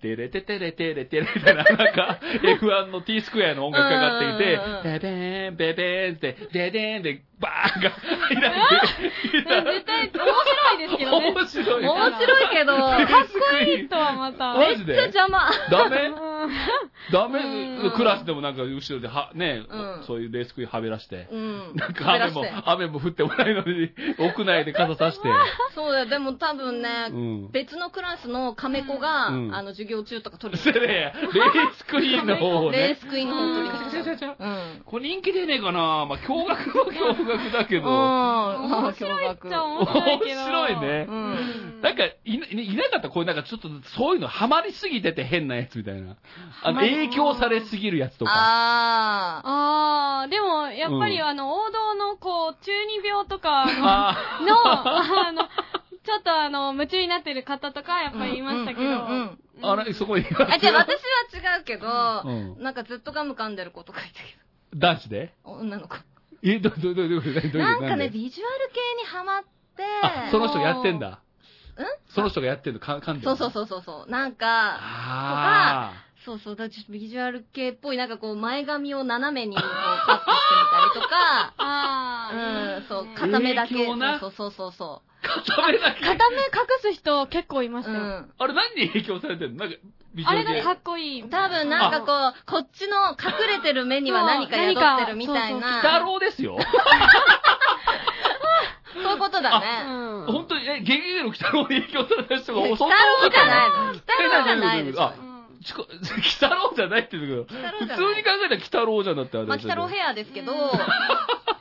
Speaker 3: テレテテレテレテレみたいな、なんか、F1 の T スクエアの音楽がかかって
Speaker 4: うんうんうん
Speaker 3: きて、ベベーン、ベベーンって、デデーンで、バーンが入られ
Speaker 5: 絶対、面白いです
Speaker 3: て、
Speaker 5: けどね。
Speaker 3: 面白い。
Speaker 4: 面白いけど、
Speaker 3: かっこ
Speaker 5: いいとはまた。
Speaker 3: マジで
Speaker 4: 邪魔。
Speaker 3: ダメ
Speaker 5: うん
Speaker 3: ダメ
Speaker 4: うん、
Speaker 3: クラスでもなんか後ろでは、ね、
Speaker 4: うん
Speaker 3: そういうレースクイーンはべらして。
Speaker 4: うん。
Speaker 3: なんか雨も
Speaker 4: 照らし、て
Speaker 3: 雨も降ってもないの
Speaker 4: [laughs]
Speaker 3: に、屋内で傘さして。
Speaker 4: そうだよ、でも多分ね、
Speaker 3: うん。
Speaker 4: 別のクラスの亀子が、
Speaker 3: うん
Speaker 4: あの、授業中とか取り
Speaker 3: そ
Speaker 4: に
Speaker 3: れで、レースクイーンの方を
Speaker 4: レー
Speaker 3: ね。
Speaker 4: スクイーンの方取りに来
Speaker 3: ちゃちゃ
Speaker 4: た。
Speaker 3: ちゃ。
Speaker 4: うん。
Speaker 3: これ人気出ねえかなまあ、驚愕は驚愕だけ
Speaker 4: うん。
Speaker 3: ど。
Speaker 5: 面白いっちゃ面
Speaker 3: 面
Speaker 5: 白いけど。
Speaker 3: 白いね
Speaker 4: う。。
Speaker 5: うんん。
Speaker 3: なんか、いな、いなかったこういうなんかちょっと、そういうのハマりすぎてて変なやつみたいな。あの、
Speaker 4: ハマり
Speaker 3: 影響されすぎるやつとか。
Speaker 4: あー。
Speaker 5: あー、でも、やっぱり、
Speaker 3: うん
Speaker 5: あの、王道の、こう、中二病とかの、の
Speaker 3: あ [laughs]
Speaker 5: あの、ちょっとあの、夢中になってる方とか、やっぱりいましたけど。、
Speaker 4: うんうんうんうん
Speaker 3: あ、あれ、そこにいます。
Speaker 4: あ、じゃあ私は違うけど、
Speaker 3: うん
Speaker 4: なんかずっとガム噛んでる子とかいたけ
Speaker 3: 男子で
Speaker 4: ど、女の子。
Speaker 3: え、ど、ど、ど、ど、ど、ど、ど、ど、
Speaker 4: なんかね、
Speaker 3: で
Speaker 4: ビジュアル系にハマって、
Speaker 3: あ、その人がやってんだ。
Speaker 4: うん
Speaker 3: その人がやってんの、か、かんで
Speaker 4: そうそうそうそうそう。なんか、
Speaker 3: ああ。
Speaker 4: そうそう、だからちょっとビジュアル系っぽい、なんかこう前髪を斜めにこうカットしてみたりとか
Speaker 5: あー。
Speaker 4: うん、そう、
Speaker 5: か
Speaker 4: 片目だけ、
Speaker 3: 影響な
Speaker 4: そうそうそうそ
Speaker 3: 固めだけ。
Speaker 5: 片目隠す人結構いま
Speaker 4: う。
Speaker 5: し
Speaker 4: う
Speaker 5: たよ。
Speaker 4: ん。
Speaker 3: あれ何に影響されてんのなんか、ビジュ
Speaker 5: あ
Speaker 3: ア
Speaker 5: れ
Speaker 3: ル
Speaker 5: が
Speaker 3: 系
Speaker 5: かっこいい。
Speaker 4: 多分なんかこう、こっちの隠れてる目には何か宿ってるみたい
Speaker 5: あ
Speaker 4: な。
Speaker 3: だろうですよ。
Speaker 4: そういうことだね。
Speaker 5: うん
Speaker 3: 本当に、え、ゲゲゲの鬼太郎に影響された人が、
Speaker 4: いや鬼
Speaker 3: そ
Speaker 4: 太
Speaker 3: んな多か
Speaker 4: 郎
Speaker 3: っ
Speaker 4: じゃない
Speaker 3: い。
Speaker 4: の。鬼太郎じゃないでしょ。
Speaker 3: あちこ鬼太郎じゃないって言うけど、
Speaker 4: 鬼太郎
Speaker 3: 普
Speaker 4: じ
Speaker 3: 通
Speaker 4: ゃない
Speaker 3: に考えたら鬼太郎じゃなってあれ
Speaker 4: まあ、鬼太郎ヘアです [laughs] けど、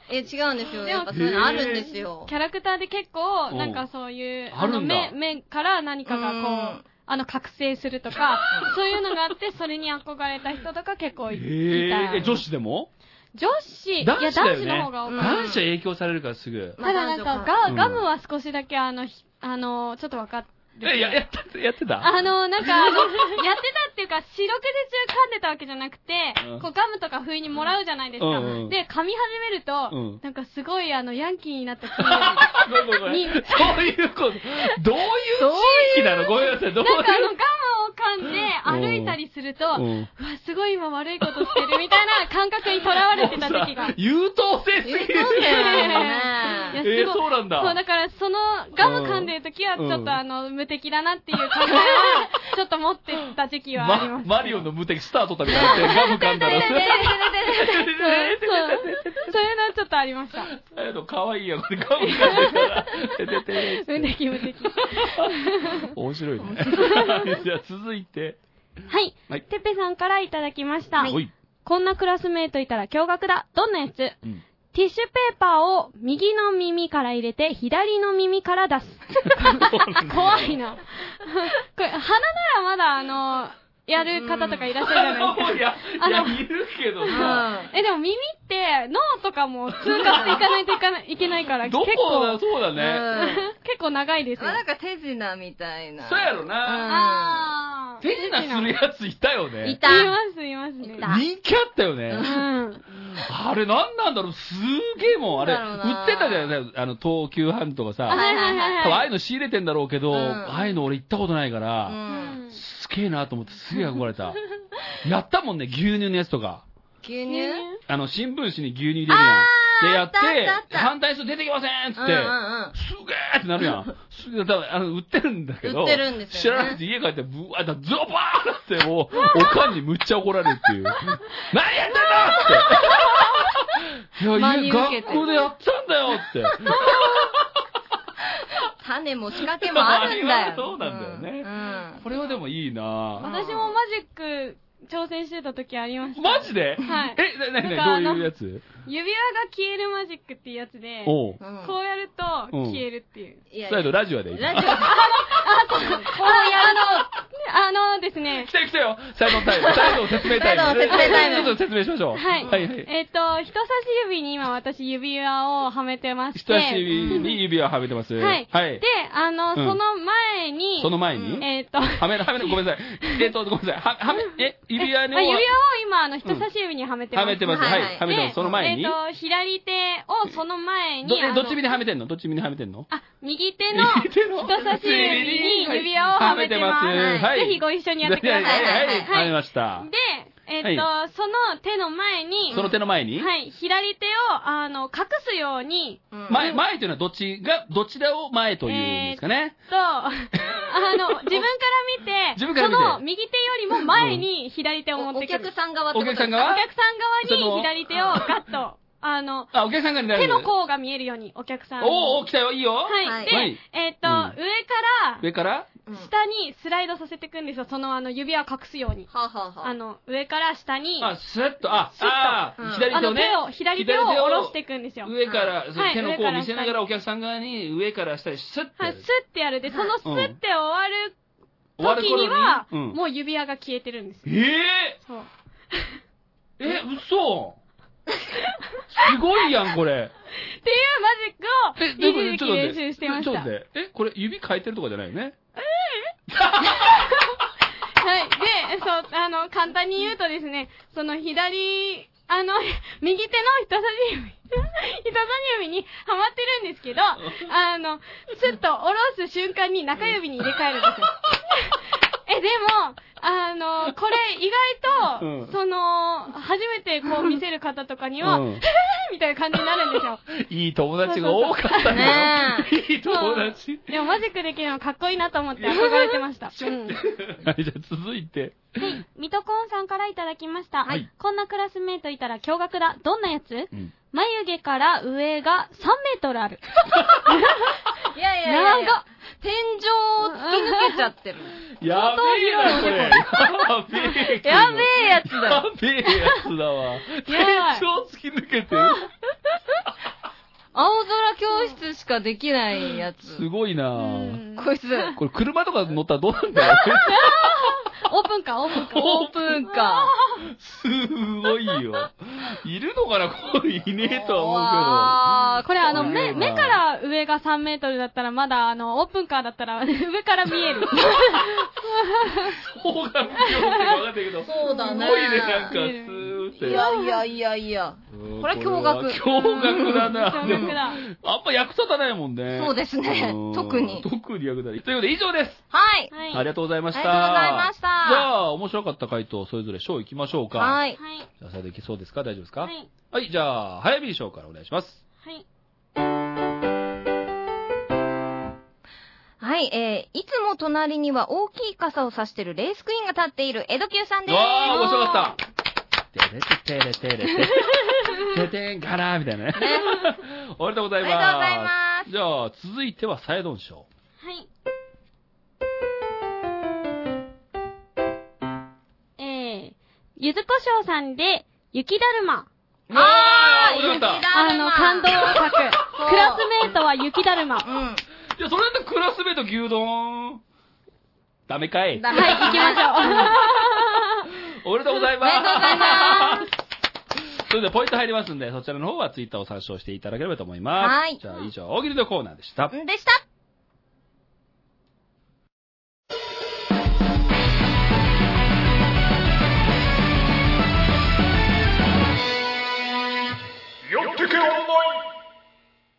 Speaker 4: え、違うんですよ。やっぱそういうのあるんですよ。
Speaker 5: キャラクターで結構、
Speaker 3: うん
Speaker 5: なんかそういう、
Speaker 3: ある
Speaker 5: の
Speaker 3: んだ
Speaker 5: 目、目から何かがこう、
Speaker 4: うん
Speaker 5: あの、覚醒すると
Speaker 3: [laughs]
Speaker 5: か、そういうのがあって、それに憧れた人とか結構いいた。
Speaker 3: えー、え、女子でも
Speaker 5: 女子
Speaker 3: 男
Speaker 5: いや、
Speaker 3: 子だよ
Speaker 5: 男
Speaker 3: ね
Speaker 5: 子の方が多い。
Speaker 4: うん
Speaker 3: 男子は影響されるからすぐ。
Speaker 5: ただなん
Speaker 4: まあ男女
Speaker 5: かガ、
Speaker 3: うん
Speaker 5: ガムは少しだけあの、ひあの、ちょっとわかっ
Speaker 3: え、や、やって、やってた
Speaker 5: あの、なんか、あのやってたっていうか、四六時中噛んでたわけじゃなくて、
Speaker 3: うん
Speaker 5: こうガムとか不意にもらうじゃないですか。
Speaker 3: うんうん
Speaker 5: で、噛み始めると、
Speaker 3: うん
Speaker 5: なんかすごいあの、ヤンキーになった気分。
Speaker 3: ごめんごめん [laughs]
Speaker 5: に
Speaker 3: そういうこと。どういう地域なのごめんなさい。どうい
Speaker 5: なんかあの
Speaker 3: う。
Speaker 5: ガムを噛んで歩いたりすると、うわ、
Speaker 3: うん
Speaker 5: すごい今悪いことしてるみたいな感覚にとらわれてた時期が。
Speaker 3: もうさ
Speaker 5: い
Speaker 3: 優等生すぎ
Speaker 4: え、そう
Speaker 3: る。
Speaker 4: だ
Speaker 5: や、
Speaker 4: よね。
Speaker 5: すごい。
Speaker 3: えーそうなんだ
Speaker 5: そう、だから、その、ガム噛んでる時は、ち
Speaker 3: うん
Speaker 5: ょっとあの、無敵だなっていう考えは、ちょっと持ってた時期はありま。
Speaker 3: ますマリオの無敵スタートたみたいになって、ガム噛んだら。
Speaker 5: そう、そういうのはちょっとありました。
Speaker 3: えっと、かわいいやん、これガム噛んでたら。ててて
Speaker 5: 無敵無敵。
Speaker 3: 面白いね。 [laughs] じゃあ続いて。
Speaker 5: はい。
Speaker 3: はい
Speaker 5: てっぺさんからいただきました。
Speaker 3: おい。
Speaker 5: こんなクラスメイトいたら驚愕だ。どんなやつ
Speaker 3: うん
Speaker 5: ティッシュペーパーを右の耳から入れて、左の耳から出す。怖いな。 [laughs] これ、鼻ならまだ、あの、やる方とかいらっしゃるじゃないですか。
Speaker 3: いや、いや、いるけどさ。
Speaker 4: う
Speaker 5: え、でも耳って、脳とかも通過していかないといかないいけないから、結
Speaker 3: どこだ、
Speaker 5: 構、
Speaker 3: そうだね。
Speaker 4: ん。
Speaker 5: [laughs] 結構長いで
Speaker 4: [laughs]
Speaker 5: す
Speaker 4: ま
Speaker 5: よ
Speaker 4: あ。なんか手品みたいな。
Speaker 3: そうやろな。
Speaker 5: あ
Speaker 3: 手品するやついたよね
Speaker 4: い。た。
Speaker 5: います、いますね。
Speaker 4: いた
Speaker 3: 人気あったよね。
Speaker 5: うん。
Speaker 3: あれなんなんだろうすげえもん。あれ、
Speaker 4: なんだろう
Speaker 3: 売
Speaker 4: な
Speaker 3: ってたじゃないあの、東急ハンとか
Speaker 5: あ
Speaker 3: さ。
Speaker 5: はいは
Speaker 3: 多
Speaker 5: いはい
Speaker 3: 分ああ
Speaker 5: はい。
Speaker 3: いうの仕入れてんだろうけど、
Speaker 4: うん
Speaker 3: ああいうの俺行ったことないから、
Speaker 4: うん。
Speaker 3: すげえなと思ってすげえ憧れ
Speaker 4: [laughs]
Speaker 3: た。やったもんね、牛乳のやつとか。
Speaker 4: 牛
Speaker 5: う
Speaker 4: 乳
Speaker 5: ん
Speaker 3: あの、新聞紙に牛乳入れる
Speaker 4: ー
Speaker 3: やん。で、
Speaker 4: あった
Speaker 3: や
Speaker 4: あ
Speaker 3: っ、
Speaker 4: ってたあった
Speaker 3: 反対する人出てきませんっつ
Speaker 4: う
Speaker 3: っ
Speaker 4: ん
Speaker 3: て、
Speaker 4: うんうん。
Speaker 3: すげえってなるや
Speaker 4: [laughs]
Speaker 3: ん。すげえ、だから、あの、売ってるんだけど、
Speaker 4: 売ってるんです
Speaker 3: 知
Speaker 4: よね
Speaker 3: らなくて家帰って、ぶわーって、ゾバーって、もう、おかんにむっちゃ怒られるっていう。 [laughs] 何やってんだっ
Speaker 4: [laughs] 真
Speaker 3: て。い
Speaker 4: に
Speaker 3: や、
Speaker 4: 受け
Speaker 3: 家、
Speaker 4: て
Speaker 3: 学校でやったんだよって。
Speaker 4: 種も仕掛けもあるんだよ。
Speaker 3: そうなんだよね
Speaker 4: うんうん。
Speaker 3: これはでもいいな
Speaker 5: 私もマジック挑戦してた時ありました。
Speaker 3: マジで
Speaker 5: はい
Speaker 3: え、な、な、
Speaker 5: なんかあ
Speaker 3: な、どう
Speaker 5: の
Speaker 3: いうやつ
Speaker 5: 指輪が消えるマジックっていうやつで、こ
Speaker 3: おう。
Speaker 4: うん
Speaker 5: うやると
Speaker 3: うん
Speaker 5: 消えるっていう。
Speaker 4: いやいや
Speaker 3: 再度ラジオでいい。
Speaker 4: ラジオ、
Speaker 5: こうやるの、あのですね
Speaker 3: 来、たよ来たよサイドタイム。サイド説明タイム。
Speaker 4: サイド説明タイム
Speaker 3: ちょっと説明しましょう。
Speaker 5: はい。
Speaker 3: はいはい。
Speaker 5: えっ、と、人差し指に今私指輪をはめてまして、
Speaker 3: 人差し指に指をはめてます。
Speaker 5: はい。
Speaker 3: はい
Speaker 5: で。、あの、
Speaker 3: ん
Speaker 5: その前に、
Speaker 3: その前に、
Speaker 5: えっ、と、
Speaker 3: はめる、はめる、ごめんなさい。えっと、ごめんなさい。は、はめ、え、指輪の、
Speaker 5: あ指輪を今、あの、人差し指にはめてます。
Speaker 3: はめてます。
Speaker 4: は
Speaker 3: は
Speaker 4: いはい
Speaker 3: い。はめてま。
Speaker 5: です
Speaker 3: その前に、
Speaker 5: えっ、と、左手をその前に、
Speaker 3: ど、
Speaker 5: あ
Speaker 3: え
Speaker 5: の
Speaker 3: どっち指にはめてんのどっち指にはめてんの
Speaker 5: あ、右手の
Speaker 3: 右手の
Speaker 5: 人差し指に指輪をはめてます。
Speaker 3: はめてますはい
Speaker 5: ぜひご一緒にやってください。
Speaker 3: はい。
Speaker 4: は
Speaker 3: はいい。はめました。
Speaker 5: で、えっと、その手の前に、
Speaker 3: その手の前に、
Speaker 5: はい、左手を、あの、隠すように、
Speaker 4: うん
Speaker 3: 前、前というのはどっちが、どちらを前というんですかね。 [laughs]
Speaker 5: と、あの、自分から見て、
Speaker 3: 自分から見て
Speaker 5: その右手よりも前に左手を持
Speaker 4: お
Speaker 5: っ
Speaker 4: お
Speaker 5: てくる。
Speaker 4: 客さん側ってことです
Speaker 3: お客さん
Speaker 5: お
Speaker 3: 側
Speaker 5: 客さん側
Speaker 3: その
Speaker 5: に左手をガッと、あの、
Speaker 3: あ、お客さんが
Speaker 5: 手の甲が見えるように、お客さんに。
Speaker 3: おーおー、来たよ、いいよ。
Speaker 5: は。
Speaker 4: はいい
Speaker 5: で、
Speaker 3: はい
Speaker 5: えっと、
Speaker 3: うん
Speaker 5: 上から、
Speaker 3: 上から
Speaker 4: うん
Speaker 5: 下にスライドさせていくんですよ。その、あの、指輪を隠すように。
Speaker 4: はあ、はあはあ
Speaker 5: あの、上から下に、
Speaker 3: あ、スッと、あ、
Speaker 5: スッと
Speaker 3: あ
Speaker 4: うん
Speaker 3: ー、左
Speaker 5: あ
Speaker 3: 手を
Speaker 5: の、
Speaker 3: ね
Speaker 5: 手。を、左手を
Speaker 3: 左手を
Speaker 5: 下ろしていくんですよ。
Speaker 3: 上から、その
Speaker 5: はい
Speaker 3: 手の甲を
Speaker 5: 上から
Speaker 3: 見せながらお客さん側に上から下へスッと。
Speaker 5: はい、スッてやる。で、そのスッて終わる
Speaker 3: 終わる
Speaker 5: 時
Speaker 3: 頃
Speaker 5: には、
Speaker 3: うん
Speaker 5: もう指輪が消えてるんです。
Speaker 3: ええ
Speaker 5: そう。
Speaker 3: ー、え、嘘すごいやん、これ。
Speaker 5: っていうマジックを、一時期練習してまし
Speaker 3: ちょ
Speaker 5: た。
Speaker 3: っと
Speaker 5: はい。
Speaker 3: 待
Speaker 5: で、
Speaker 3: って。え、これ指変えてるとかじゃないよね
Speaker 5: そう、あの、簡単に言うとですね、その左、あの、 [laughs] 右手の人差し指、人差し指にはまってるんです
Speaker 3: [laughs]
Speaker 5: けど、あの、スッと下ろす瞬間に中指に入れ替える
Speaker 3: [laughs]
Speaker 5: んですよ。え、でも、あの、これ意外と、
Speaker 3: うん
Speaker 5: その、初めてこう見せる方とかには、
Speaker 3: う
Speaker 5: へ
Speaker 3: ん
Speaker 5: へ [laughs] みたいな感じになるんですよ。
Speaker 3: いい友達が多かったね
Speaker 4: ね。
Speaker 3: [laughs] いい友達。
Speaker 5: でもマジックできるのかっこいいなと思って
Speaker 3: [laughs]
Speaker 5: 憧れてました。うん
Speaker 3: はい、じゃあ続いて。
Speaker 5: ミトコーンさんからいただきました。
Speaker 3: はい
Speaker 5: こんなクラスメイトいたら驚愕だ。どんなやつ
Speaker 3: うん
Speaker 5: 眉毛から上が3メートル
Speaker 3: [laughs]
Speaker 5: ある。
Speaker 4: いやいやいやい
Speaker 5: 長
Speaker 4: や天井を突き抜けちゃってる。
Speaker 3: やべえな、これ。やべえけど。
Speaker 4: やべえやつ
Speaker 3: や
Speaker 4: だ。
Speaker 3: べえやつだわ。天
Speaker 5: ばい
Speaker 3: 井突き抜けて。
Speaker 4: [laughs] 青空教室しかできないやつ。
Speaker 3: すごいな
Speaker 4: こいつ、
Speaker 3: これ車とか乗ったらどうなんだよ。
Speaker 5: オープンか、オープンか。
Speaker 4: オープンか。
Speaker 3: [laughs] すごいよ。いるのかなこういねえとは
Speaker 4: わー
Speaker 5: これあの、
Speaker 3: そう
Speaker 5: 目、
Speaker 3: だ
Speaker 5: 目から上が3メートルだったらまだあの、オープンカーだったら [laughs] 上から見える。
Speaker 3: 思うけど。方角表って分かったけど。す
Speaker 4: そうだね。
Speaker 3: ごいね、なんか、スーって。
Speaker 4: いやいやいやいや。
Speaker 3: うん
Speaker 4: これ
Speaker 3: こ
Speaker 4: 驚愕
Speaker 3: れは驚愕だ [laughs] な。
Speaker 5: 驚
Speaker 3: で
Speaker 5: 愕だ
Speaker 3: もあんま役立たないもんね。
Speaker 4: そうですね
Speaker 3: うん
Speaker 4: 特に
Speaker 3: 特に役立たない。ということで、以上です。
Speaker 4: はい。
Speaker 5: は
Speaker 3: ありがとうございました。
Speaker 4: ありがとうございました
Speaker 3: じゃあ、面白かった回答、それぞれ賞いきましょうか。。
Speaker 4: はいい。
Speaker 5: はい。
Speaker 3: じゃあ、それできそうですか大丈夫ですか
Speaker 5: は
Speaker 3: はい。
Speaker 5: い。
Speaker 3: じゃあ、早見賞からお願いします。
Speaker 5: はい。
Speaker 4: はい、えー、いつも隣には大きい傘を差してるレースクイーンが立っている江戸急さん
Speaker 3: う
Speaker 4: です。
Speaker 3: わー、面白かった。てれててれてれて。ててんかなーみたいなね。おめでとうございます。
Speaker 4: おめでとうございます
Speaker 3: じゃあ、続いては、サイドン賞。
Speaker 5: はい。えー、ゆずこしょうさんで、雪だるま。
Speaker 3: あ
Speaker 4: あー、
Speaker 3: 面白かっ
Speaker 5: あの、感動を [laughs] 書く。
Speaker 4: そう
Speaker 5: クラスメイトは雪だるま。はい、
Speaker 4: うん。
Speaker 3: た。いや、それだったらクラスメイト牛丼。ダメかい。
Speaker 4: ダメ。
Speaker 5: 行きましょ
Speaker 3: おめでとうございます。。
Speaker 4: おめでとうございます
Speaker 3: それではポイント入りますんで、そちらの方はツイッターを参照していただければと思います。
Speaker 4: はい
Speaker 3: じゃあ以上、大喜利のコーナーでした。
Speaker 4: でした。
Speaker 1: 寄ってけオンラ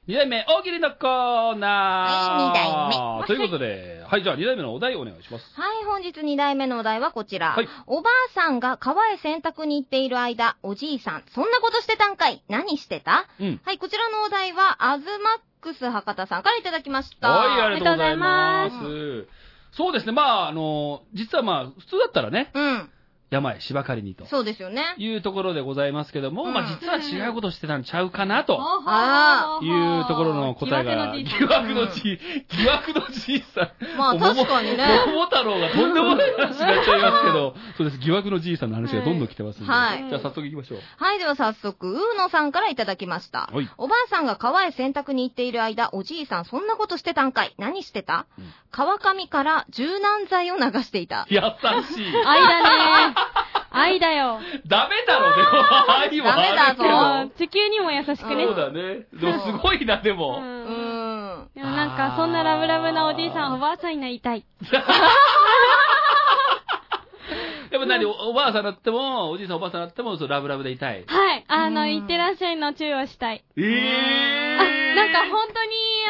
Speaker 3: 二代目、大喜利のコーナー。
Speaker 4: はい二代目
Speaker 3: ということで、はい、じゃあ二代目のお題をお願いします。
Speaker 4: はい、本日2代目のお題はこちら。
Speaker 3: はい
Speaker 4: おばあさんが川へ洗濯に行っている間、おじいさん、そんなことしてたんかい何してた
Speaker 3: うん。
Speaker 4: はい、こちらのお題は、アズマックス博多さんからいただきました。
Speaker 3: はい、ありがとうござい
Speaker 5: あ
Speaker 3: ま
Speaker 5: り
Speaker 3: す
Speaker 5: が。
Speaker 3: そうですね、まあ、あの、実はまあ、普通だったらね、
Speaker 4: うん。
Speaker 3: 山へ芝刈りにと。
Speaker 4: そうですよね。
Speaker 3: いうところでございますけども、
Speaker 4: うん
Speaker 3: まあ実は違うことしてたんちゃうかなと。
Speaker 5: う。 [laughs]
Speaker 4: あ
Speaker 3: いうところの答えが、疑
Speaker 5: 疑
Speaker 3: 惑のじい、疑惑のじいさん。
Speaker 4: まあ
Speaker 3: もう
Speaker 4: 確かにね
Speaker 3: も桃太郎がとんでもない話になっちゃいますけど、そうです、疑惑のじいさんの話がどんどん来てますんで。
Speaker 4: はい
Speaker 3: じゃあ早速行きましょう。
Speaker 4: はい、では早速、うーのさんからいただきました。
Speaker 3: はい
Speaker 4: おばあさんが川へ洗濯に行っている間、おじいさん、そんなことしてたんかい何してた、
Speaker 3: うん
Speaker 4: 川上から柔軟剤を流していた。
Speaker 3: 優しい。
Speaker 5: 愛だね。愛だよ。
Speaker 3: ダメだろ、でも。愛はあるけど
Speaker 4: ダメだぞ
Speaker 5: 地球にも優しくね。
Speaker 3: そうだね。でもすごいな、で
Speaker 5: う。
Speaker 3: も。
Speaker 4: うんーん。
Speaker 5: でもなんか、そんなラブラブなおじいさん、おばあさんになりたい。
Speaker 3: でも何、おおばあさんになっても、おじいさんおばあさんになっても、そうラブラブでいたい。
Speaker 5: はい。あの、
Speaker 4: うん
Speaker 5: いってらっしゃいの注意をしたい。
Speaker 3: え
Speaker 5: あ、
Speaker 3: え
Speaker 5: なんか本当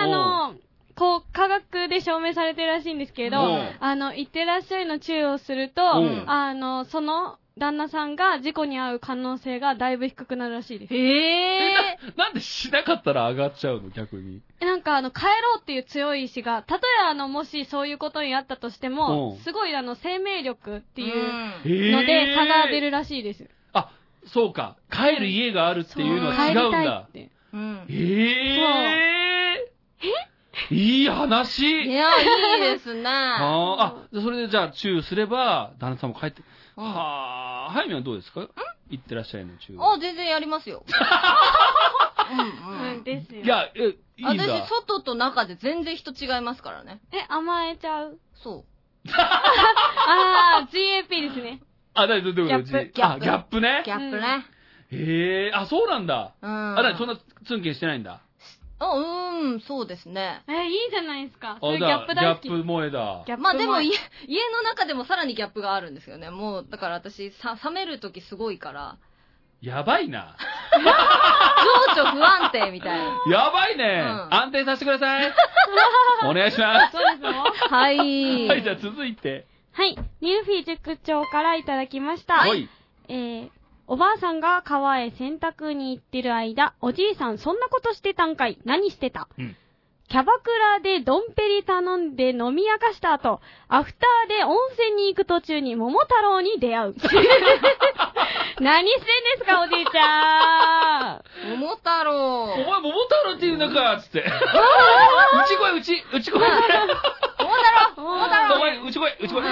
Speaker 5: に、あの、こう、科学で証明されてるらしいんですけど
Speaker 3: うん、
Speaker 5: あの、いってらっしゃいの注意をすると、
Speaker 3: うん
Speaker 5: あの、その、旦那さんが事故に遭う可能性がだいぶ低くなるらしいです。
Speaker 6: ええ
Speaker 3: なんでしなかったら上がっちゃうの、逆に。
Speaker 5: え [laughs] なんかあの、帰ろうっていう強い意志が、たとえあの、もしそういうことにあったとしても
Speaker 3: うん、
Speaker 5: すごいあの、生命力っていう
Speaker 3: え
Speaker 4: ん
Speaker 3: ー
Speaker 5: ので差が出るらしいです。
Speaker 3: あ、そうか。帰る家があるっていうのは違うんだ。
Speaker 5: 帰りたいって。
Speaker 4: うん
Speaker 3: ええー、えいい話
Speaker 4: いや、いいですね。
Speaker 3: あーあ、それでじゃあ、チューすれば、旦那さんも帰って、
Speaker 4: うん
Speaker 3: はあ、早見はどうですか行ってらっしゃいの、チューは。
Speaker 4: あ、全然やりま
Speaker 3: [laughs]
Speaker 4: すよ。うんうん
Speaker 5: うん、ですよ。
Speaker 3: いや、え、いいんだ
Speaker 4: 私、。外と中で全然人違いますからね。
Speaker 5: え、甘えちゃ
Speaker 3: [laughs]
Speaker 5: う。
Speaker 4: そ
Speaker 5: あー、GAP ですね。
Speaker 3: あ、だいどういうこと
Speaker 5: ギャップ
Speaker 3: じあ、ギャップね
Speaker 4: う。ギ。ャップね。
Speaker 3: へえ、あ、そうなんだ。
Speaker 4: うん。
Speaker 3: あ、だそん
Speaker 4: な。
Speaker 3: なツンケンしてないんだ。
Speaker 4: あ、うん、そうですね。
Speaker 5: え、いいじゃないですか。
Speaker 3: あ、
Speaker 5: そういうギャップ
Speaker 3: だギャ
Speaker 5: 大
Speaker 3: ッ
Speaker 5: 好き。
Speaker 3: プ萌えだ。
Speaker 5: ャップ
Speaker 4: まあでも
Speaker 5: い
Speaker 4: 家、家の中でもさらにギャップがあるんですよね。もう、だから私、さ冷めるときすごいから、
Speaker 3: やばい
Speaker 5: [laughs]
Speaker 3: な。
Speaker 4: 情緒不安定みたいな。
Speaker 3: [laughs] やばいね。
Speaker 4: ん
Speaker 3: 安定させてくだ
Speaker 5: [laughs]
Speaker 3: さい。お願いします。 [laughs]
Speaker 5: そうですよ。
Speaker 4: はい。
Speaker 3: はい、じゃあ続いて。
Speaker 5: はい。ニューフィー塾長からいただきました。
Speaker 3: おい。
Speaker 5: えー、おばあさんが川へ洗濯に行ってる間、おじいさんそんなことしてたんかい何してた、
Speaker 3: うん
Speaker 5: キャバクラでドンペリ頼んで飲み明かした後、アフターで温泉に行く途中に桃太郎に
Speaker 3: [laughs]
Speaker 5: 出会う。何してんですか、おじいちゃん。
Speaker 4: 桃太郎。
Speaker 3: お前、桃
Speaker 4: 桃
Speaker 3: 太郎っていうのか、
Speaker 5: [laughs]
Speaker 3: つって。うち来い、うち、うち来い。
Speaker 4: 太
Speaker 5: 桃
Speaker 3: [laughs]
Speaker 5: 太
Speaker 3: お前、うち来い、うち来い。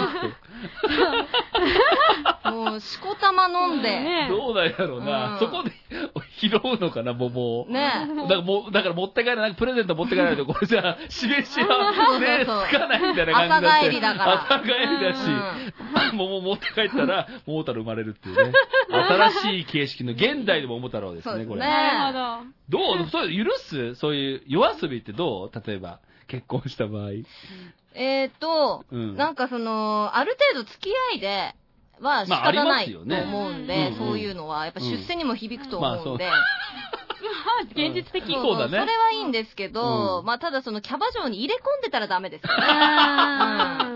Speaker 4: 郎もう、しこたま飲んで。
Speaker 5: ねえ
Speaker 3: どうだやろうな。
Speaker 4: う
Speaker 3: そ
Speaker 4: ん
Speaker 3: こで [laughs] 拾うのかな、桃を。
Speaker 4: ね
Speaker 3: だからもう、だから持って帰らない、プレゼント持って帰らないと、これじゃあ、示しは、ね、つ
Speaker 4: そうそう
Speaker 3: かないみたいな感じだって
Speaker 4: 朝帰りだから
Speaker 3: 朝帰りだし、桃持って帰ったら、桃太郎生まれるっていうね。新しい形式の、現代でも桃太郎です
Speaker 4: そう
Speaker 3: ね、
Speaker 4: です
Speaker 3: これ。
Speaker 4: ね
Speaker 5: なるほど。
Speaker 3: どうそういう、許すそういう、夜遊びってどう例えば、結婚した場合。
Speaker 4: え。えーと、
Speaker 3: うん。
Speaker 4: なんかその、ある程度付き合いで、は仕
Speaker 3: まああ
Speaker 4: 方
Speaker 3: りま
Speaker 4: な
Speaker 3: す
Speaker 4: いと
Speaker 3: よね
Speaker 4: 思うん
Speaker 3: うんう
Speaker 4: で
Speaker 3: ん、
Speaker 4: そういうのは、やっぱ出世にも響くと思うんで。
Speaker 5: [laughs] 現実的。
Speaker 3: そうだね
Speaker 4: それはいいんですけど、
Speaker 3: うん
Speaker 4: まあただそのキャバ嬢に入れ込んでたらダメですよ。
Speaker 3: [laughs]
Speaker 5: あ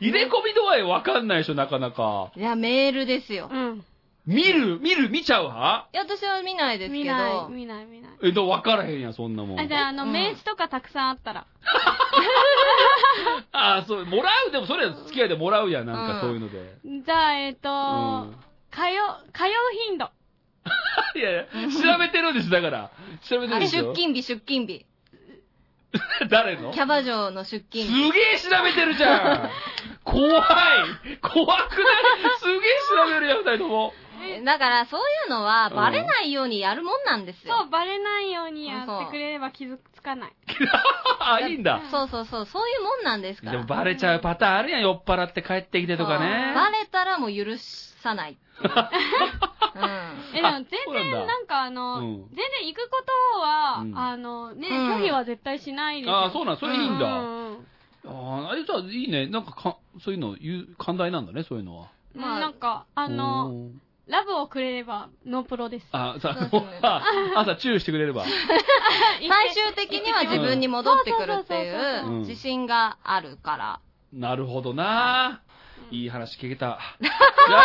Speaker 3: 入れ込み度合いわかんないでしょ、なかなか。
Speaker 4: いや、メールですよ
Speaker 5: ー。うん。
Speaker 3: 見る、見る、見ちゃうはい
Speaker 4: や、私は見ないです
Speaker 5: 見
Speaker 4: け
Speaker 5: な
Speaker 4: ど
Speaker 5: い、、見ない、見ない。
Speaker 3: え、だわからへんやん、そんなもん。
Speaker 5: あ、じゃあ、あの、
Speaker 4: うん
Speaker 5: 名刺とかたくさんあったら。
Speaker 3: ああ、そう、もらう、でもそれは付き合いでもらうやん、なん
Speaker 4: う
Speaker 3: か
Speaker 4: ん
Speaker 3: そういうので。
Speaker 5: じゃあ、えっ、と
Speaker 3: うん。 [laughs]
Speaker 5: 通う、通う頻度。
Speaker 3: いやいや、調べてるんです、だから。調べてるん
Speaker 4: 出
Speaker 3: ですよ。
Speaker 4: 勤日、出勤日。
Speaker 3: 誰の
Speaker 4: キャバ嬢の出
Speaker 3: すげ
Speaker 4: 勤日。
Speaker 3: え調べてるじゃ
Speaker 4: [laughs]
Speaker 3: ん怖い怖くないすげえ調べるやん、二人とも。
Speaker 4: だから、そういうのは、バレないようにやるもんなんです
Speaker 5: そ
Speaker 4: よ。
Speaker 5: う、バレないようにやってくれれば気づかない。
Speaker 3: あ、いいんだ。
Speaker 4: そうそうそう、そういうもんなんですか
Speaker 3: で
Speaker 4: ら。
Speaker 3: もバレちゃうパターンあるやん、酔っ払って帰ってきてとか
Speaker 4: そう
Speaker 3: ね。
Speaker 4: バレたらもう許さないっ
Speaker 3: [laughs]
Speaker 4: ていう。うん。
Speaker 5: え、でも全
Speaker 3: そうなん
Speaker 5: 然、
Speaker 3: だ
Speaker 5: なんかあの、
Speaker 3: うん
Speaker 5: 全然行くことは、
Speaker 3: うん
Speaker 5: あの、ね、
Speaker 4: うん
Speaker 5: 拒否は絶対しないですよ。
Speaker 3: ああ、そうなん、それいいんだ。
Speaker 5: うんうん
Speaker 3: ああ、じゃあいいね。なんかか、そういうの言う、寛大なんだね、そういうのは。
Speaker 5: まあ、なんか、あの、
Speaker 3: おー、
Speaker 5: ラブをくれれば、ノープロです。
Speaker 3: あさ、
Speaker 4: そうですね
Speaker 3: [laughs] 朝チューしてくれれば。
Speaker 5: 最
Speaker 4: 最終的には自分に戻ってくるって
Speaker 3: うん
Speaker 4: いう自信があるから。
Speaker 3: なるほどな、いい話聞けた。はい、じゃあ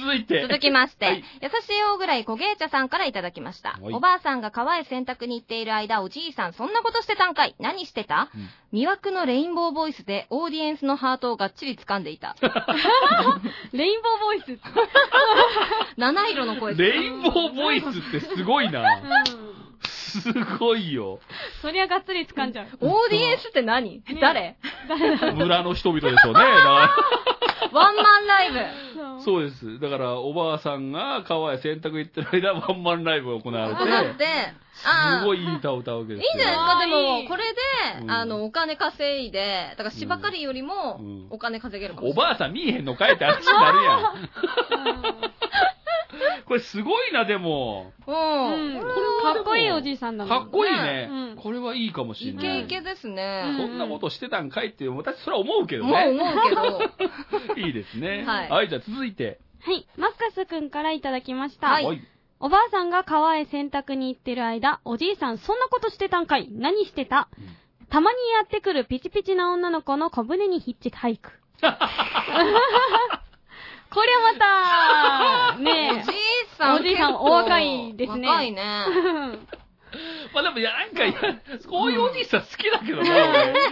Speaker 3: 続いて。
Speaker 4: 続きまして、
Speaker 3: はい
Speaker 4: 優しい大ぐらい小芸茶さんからいただきました。
Speaker 3: はい
Speaker 4: おばあさんが川へ洗濯に行っている間、おじいさんそんなことしてたんかい何してた、
Speaker 3: うん
Speaker 4: 魅惑のレインボーボイスでオーディエンスのハートをがっちり掴んでいた。
Speaker 5: レインボーボイス。
Speaker 4: 七色の声です
Speaker 3: レインボーボイスってすごいな。
Speaker 5: うん。
Speaker 3: すごいよ。
Speaker 5: そりゃがっつり掴んじゃう。
Speaker 4: オーディエンスって何、誰
Speaker 3: 村の人々でしょうね。だか
Speaker 4: ワンマンライブ。
Speaker 5: そ
Speaker 3: ら
Speaker 5: [laughs] う
Speaker 3: そうです。だから、おばあさんが川へ洗濯行ってる間、ワンマンライブが行われ
Speaker 4: こうなって
Speaker 3: て、、
Speaker 4: あ
Speaker 3: す
Speaker 4: あ
Speaker 3: ご。いいい歌を歌うわけ
Speaker 4: い
Speaker 3: で
Speaker 4: い
Speaker 3: す
Speaker 4: ん
Speaker 3: よ。
Speaker 4: じゃないですか、で
Speaker 5: いい
Speaker 4: も、これで、
Speaker 3: うん
Speaker 4: あの、お金稼いで、だから芝刈りよりも
Speaker 3: うん、
Speaker 4: お金稼げるかも
Speaker 3: お
Speaker 4: しれない。
Speaker 3: ばあさん見えへんのかいって話になるやん。これすごいな、でも。
Speaker 4: うん
Speaker 5: うん。
Speaker 3: これはでも
Speaker 5: かっこいいおじいさんだもん。
Speaker 3: かっこいいね
Speaker 5: ねうん。
Speaker 3: これはいいかもしれ
Speaker 4: イ
Speaker 3: な
Speaker 4: ケ
Speaker 3: い。
Speaker 4: イケですね。
Speaker 3: そんなことしてたんかいっていう、私それは思うけど
Speaker 4: もう
Speaker 3: ね。
Speaker 4: 思うけ
Speaker 3: [laughs]
Speaker 4: ど。
Speaker 3: いいですね。
Speaker 4: はい
Speaker 3: はい、じゃあ続いて。
Speaker 5: はい。マッカスくんからいただきました。
Speaker 4: はい
Speaker 3: はい。
Speaker 5: おばあさんが川へ洗濯に行ってる間、おじいさんそんなことしてたんかい何してた、たまにやってくる
Speaker 3: [laughs]
Speaker 5: ピチピチな女の子の小舟にヒッチハイク。こりゃまた、
Speaker 4: お
Speaker 5: ね
Speaker 4: じいさん
Speaker 5: おじいさん
Speaker 4: 結構
Speaker 5: お若いですね
Speaker 4: 若いね。
Speaker 3: [laughs]
Speaker 5: え。
Speaker 3: まあでも、いや、なんか、いやこういうおじいさん好きだけどな、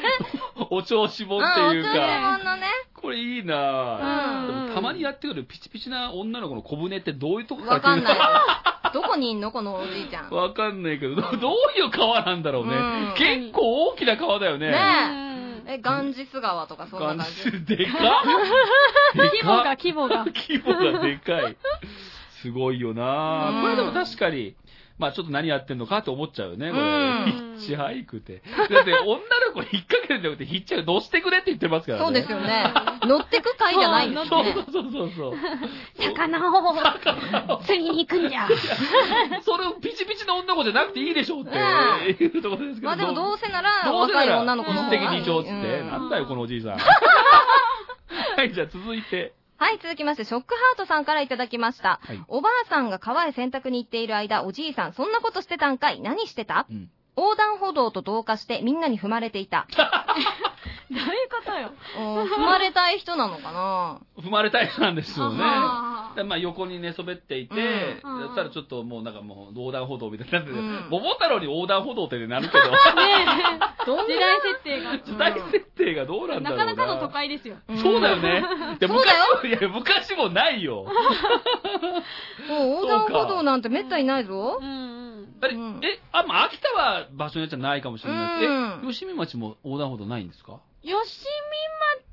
Speaker 4: [laughs]
Speaker 3: 俺。お調子
Speaker 4: う
Speaker 3: 者
Speaker 4: ん、お
Speaker 3: っていうか、
Speaker 4: んのね。
Speaker 3: これいいなぁ。
Speaker 5: うん
Speaker 3: でもたまにやってくるピチピチな女の子の小舟ってどういうとこから
Speaker 4: わ
Speaker 3: 来
Speaker 4: か
Speaker 3: る
Speaker 4: ん
Speaker 3: の
Speaker 4: ない。どこにいんのこのおじいちゃ
Speaker 3: [laughs]
Speaker 4: ん。
Speaker 3: わかんないけど、どどういう川なんだろうね。
Speaker 4: うん
Speaker 3: 結構大きな川だよね。
Speaker 4: ね
Speaker 5: うん
Speaker 4: え、ガンジス川とかそんな感じ。
Speaker 3: 感じでかっで
Speaker 5: 規模
Speaker 3: か
Speaker 5: が
Speaker 3: っ
Speaker 5: 規模が。
Speaker 3: [laughs] 規模がでかい。すごいよな
Speaker 4: う
Speaker 3: ぁ
Speaker 4: ん
Speaker 3: これでも確かに、まあちょっと何やってんのかって思っちゃうよね、これ。
Speaker 4: うん
Speaker 3: ヒッチハイクって。だって女の子引っ掛けるんじゃなくて、ヒッチハイク乗してくれって言ってますからね。
Speaker 4: そうですよね。乗ってく回じゃないんです
Speaker 3: そう
Speaker 4: ね。
Speaker 3: そうそうそう。
Speaker 5: 魚を釣りに行くん
Speaker 3: [laughs]
Speaker 5: じゃ。
Speaker 3: それをピチピチの女の子じゃなくていいでしょうって
Speaker 4: ね
Speaker 3: いうところですけど。
Speaker 4: まあでもどうせな
Speaker 3: ど
Speaker 4: ら、
Speaker 3: うせな
Speaker 4: 若い
Speaker 3: ら
Speaker 4: 女の子の方がい
Speaker 3: 一石
Speaker 4: い。
Speaker 3: 二鳥っつって、
Speaker 4: うん
Speaker 3: なんだよこのおじいさん。
Speaker 4: [laughs]
Speaker 3: はい、じゃあ続いて。
Speaker 4: はい、続きまして、ショックハートさんからいただきました。
Speaker 3: はい
Speaker 4: おばあさんが川へ洗濯に行っている間、おじいさん、そんなことしてたんかい何してた
Speaker 3: うん
Speaker 4: 横断歩道と同化してみんなに踏まれて
Speaker 3: [laughs]
Speaker 4: いた。
Speaker 5: どういうことよ。
Speaker 4: おー踏まれたい人なのかな
Speaker 3: 踏まれたい人なんですよね。
Speaker 5: あー
Speaker 3: でまあ横に寝そべっていて、
Speaker 4: うん
Speaker 3: だったらちょっともうなんかもう横断歩道みたいになってて、
Speaker 4: うん
Speaker 3: 桃太郎に横断歩道ってなるけ
Speaker 5: ねえ。
Speaker 4: どんな
Speaker 5: 時代設定が。
Speaker 3: ど、 [laughs] 時代設定がどうなんだろ
Speaker 5: な
Speaker 3: う
Speaker 5: か
Speaker 3: な。
Speaker 5: なかの都会ですよ。
Speaker 4: ん
Speaker 3: そうだよね。いや、
Speaker 4: そうだよ
Speaker 3: 昔も、いや、昔もないよ。
Speaker 4: もう横断歩道なんてめったにないぞ
Speaker 5: う。ん
Speaker 3: あれ、
Speaker 4: うん
Speaker 3: え、あ、まあ、秋田は場所によっちゃないかもしれない。
Speaker 4: うん
Speaker 3: え、吉見町も横断歩道ないんですか
Speaker 5: 吉見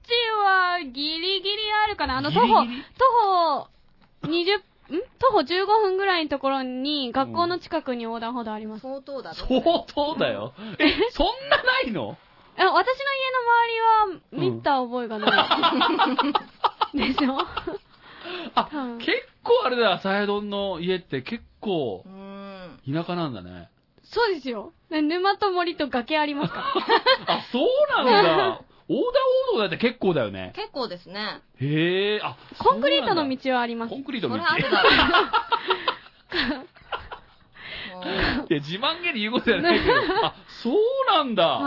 Speaker 5: 町はギリギリあるかなあの、徒歩、
Speaker 3: ギリギリ
Speaker 5: 徒歩20、ん徒歩15分ぐらいのところに、学校の近くに横断歩道あります。
Speaker 4: 相当だぞ。
Speaker 3: 相当だよ。え、そんなないの
Speaker 5: え私の家の周りは見た覚えがない。
Speaker 3: [laughs]
Speaker 5: でしょ
Speaker 3: あ
Speaker 5: うん、
Speaker 3: 結構あれだ、サヤドンの家って結構
Speaker 4: うーん。
Speaker 3: 田舎なんだね。
Speaker 5: そうですよ。ね沼と森と崖ありま
Speaker 3: [laughs]
Speaker 5: すから。
Speaker 3: あ、そうなんだ。横断歩道だって結構だよね。
Speaker 4: 結構ですね。
Speaker 3: へえ、あ、
Speaker 5: コンクリート
Speaker 3: そ
Speaker 5: の
Speaker 3: うなんだ
Speaker 5: 道はあります
Speaker 3: コ。ンクリー
Speaker 4: そ
Speaker 3: ト
Speaker 4: れ
Speaker 3: の道。
Speaker 4: はあるだろう。うん
Speaker 3: [laughs] いや、自慢げに言うことじゃないけど。あ、そうなんだ。
Speaker 5: は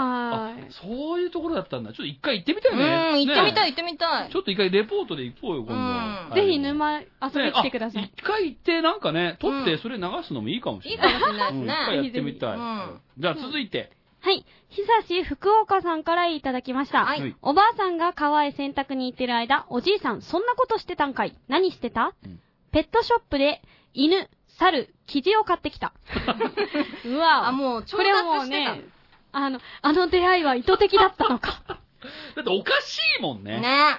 Speaker 3: あ
Speaker 5: ーい
Speaker 3: そういうところだったんだ。ちょっと一回行ってみたいね。
Speaker 4: [laughs] うん、行ってみた
Speaker 3: ね
Speaker 4: い行ってみたい
Speaker 3: ち。ょっと一回レポートで行こうよ、今度。
Speaker 4: うん
Speaker 3: はい
Speaker 5: ぜひ沼遊びに来てくださ
Speaker 3: ね
Speaker 5: い。
Speaker 3: あ一回行って、なんかね、撮っ
Speaker 4: う
Speaker 3: て
Speaker 4: ん
Speaker 3: それ流すのもいいかもしれ
Speaker 4: いい
Speaker 3: な
Speaker 4: か
Speaker 3: い。
Speaker 4: もしれないです
Speaker 3: うん
Speaker 4: ね
Speaker 3: 一。回やってみたい。
Speaker 4: うん
Speaker 3: じゃあ続いて。
Speaker 5: はい。久し福岡さんからいただきました。
Speaker 4: はい
Speaker 3: はい
Speaker 5: おばあさんが川へ洗濯に行ってる間、おじいさん、そんなことしてたんかい何してた、
Speaker 3: うん
Speaker 5: ペットショップで、犬、猿、キジを買って
Speaker 4: [laughs]
Speaker 5: きた。うわ
Speaker 4: あ、もう、調
Speaker 5: これはも
Speaker 4: 達し
Speaker 5: う
Speaker 4: てたの
Speaker 5: ね。、あの、あの出会いは意図的だったのか。
Speaker 3: だっておかしいもんね。
Speaker 4: ね。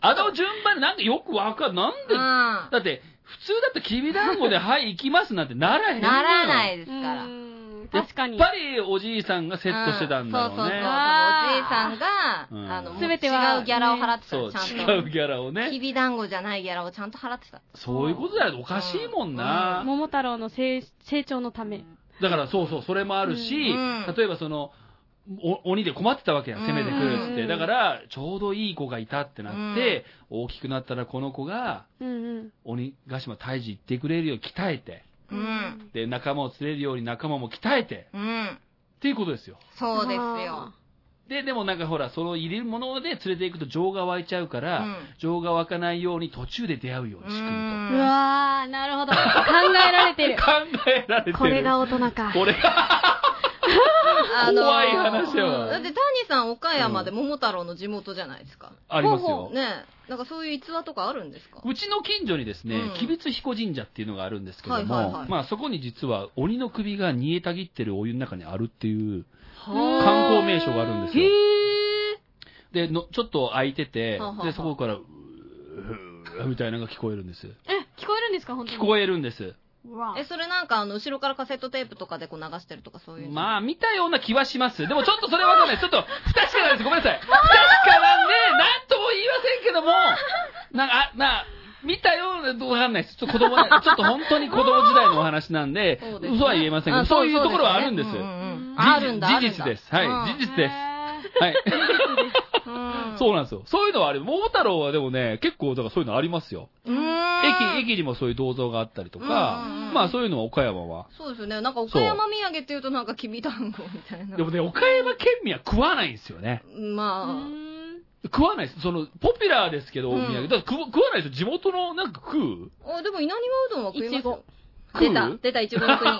Speaker 3: あの順番なんかよくわかんない。なん
Speaker 4: う
Speaker 3: で、
Speaker 4: ん。な
Speaker 3: だって、普通だときびだん
Speaker 4: [laughs]
Speaker 3: ごで、はい、行きますなんてならへんのよ。。
Speaker 4: らない [laughs] いですから。
Speaker 5: 確かに
Speaker 3: やっ。ぱりおじいさんがセットしてたんだろう
Speaker 4: そうそうそう。おじい
Speaker 3: ね。
Speaker 5: あー
Speaker 4: さんが、
Speaker 3: うん
Speaker 4: あの、
Speaker 5: 全ては
Speaker 4: 違うギャラを払ってた
Speaker 3: そ
Speaker 4: の
Speaker 3: う
Speaker 4: ちゃんと。
Speaker 3: 違うギャラを
Speaker 4: き
Speaker 3: ね。
Speaker 4: び団子じゃないギャラをちゃんと払ってた。
Speaker 3: そういうことだよ。おかしいもんな。
Speaker 5: 桃太郎の成成長のため。
Speaker 3: だからそうそう、それもあるし、
Speaker 4: うん
Speaker 3: 例えばその、お鬼で困ってたわけや、
Speaker 4: うん
Speaker 3: 攻めてくるっつって。
Speaker 5: うん
Speaker 3: だから、ちょうどいい子がいたってなって、大きくなったらこの子が、
Speaker 5: うん
Speaker 3: 鬼ヶ島退治行ってくれるように鍛えて、
Speaker 4: う
Speaker 5: うんん。
Speaker 3: で、仲間を連れるように仲間も鍛えて、
Speaker 4: う
Speaker 3: っ
Speaker 4: ん。
Speaker 3: ていうことですよ。
Speaker 4: そうですよ。
Speaker 3: で、でもなんかほら、その入れるもので連れていくと情が湧いちゃうから、
Speaker 4: うん
Speaker 3: 情が湧かないように途中で出会うように仕組む
Speaker 5: うわー、なるほど。考えられ
Speaker 3: と。
Speaker 4: [laughs]
Speaker 5: てる。
Speaker 3: 考えられてる。
Speaker 5: これが大人か。
Speaker 3: これが怖い話やわ
Speaker 4: だって、谷さん、岡山で桃太郎の地元じゃないですか。
Speaker 3: ありますよ。
Speaker 5: ほうほ
Speaker 4: ねえ。なんかそういう逸話とかあるんですか
Speaker 3: うちの近所にですね、
Speaker 4: うん
Speaker 3: 吉備津彦神社っていうのがあるんですけども、
Speaker 4: はいはいはい
Speaker 3: まあそこに実は鬼の首が煮えたぎってるお湯の中にあるっていう
Speaker 5: ー
Speaker 3: 観光名所があるんですよ
Speaker 4: へ。
Speaker 3: での、ちょっと開いてて
Speaker 4: はあはあは、あ
Speaker 3: で、そこから、うーみたいなのが聞こえるんです。
Speaker 5: え、聞こえるんですか本当
Speaker 3: 聞
Speaker 5: に。
Speaker 3: こえるんです。
Speaker 5: うわ
Speaker 4: え、それなんか、あの、後ろからカセットテープとかでこう流してるとかそういうの。
Speaker 3: まあ、見たような気はします。でもちょっとそれはわかんない。ちょっと、不確かなんです。ごめんなさい。不確かなんで、なんとも言いませんけども、なんか、あな、見たような、どうわかんないです。ちょっと子供
Speaker 4: [laughs]
Speaker 3: な、ちょっと本当に子供時代のお話なんで、
Speaker 4: そうですね
Speaker 3: 嘘は言えませんけど、
Speaker 4: あ
Speaker 3: そういうところはあるんです。
Speaker 4: そうよねうんうんうん
Speaker 5: 事
Speaker 3: 事実
Speaker 4: あるんだ。ある
Speaker 3: 事
Speaker 4: んだ
Speaker 3: 実です。はい、
Speaker 4: うん
Speaker 3: 事実です。
Speaker 5: へ
Speaker 3: はい。 [laughs]
Speaker 4: うん
Speaker 3: そうなんですよ。そういうのはあれ、桃太郎はでもね、結構、だからそういうのありますよ。
Speaker 4: うーん。
Speaker 3: 駅、駅にもそういう銅像があったりとか、
Speaker 4: うんうんうん
Speaker 3: まあそういうのは岡山は。
Speaker 4: そうですよね。なんか岡山土産っていうとなんかきび団子みたいな
Speaker 3: で。もね、岡山県民は食わないんですよね。
Speaker 4: まあ、
Speaker 5: ー
Speaker 3: 食わないです。その、ポピュラーですけど、お
Speaker 4: うん
Speaker 3: 土産。だから食わ食わないですよ。地元の、なんか食う
Speaker 4: お、でも稲庭うどんは食いますよ。
Speaker 3: 食
Speaker 4: 出
Speaker 3: う
Speaker 4: た、出た、一番
Speaker 3: [laughs]
Speaker 4: の国。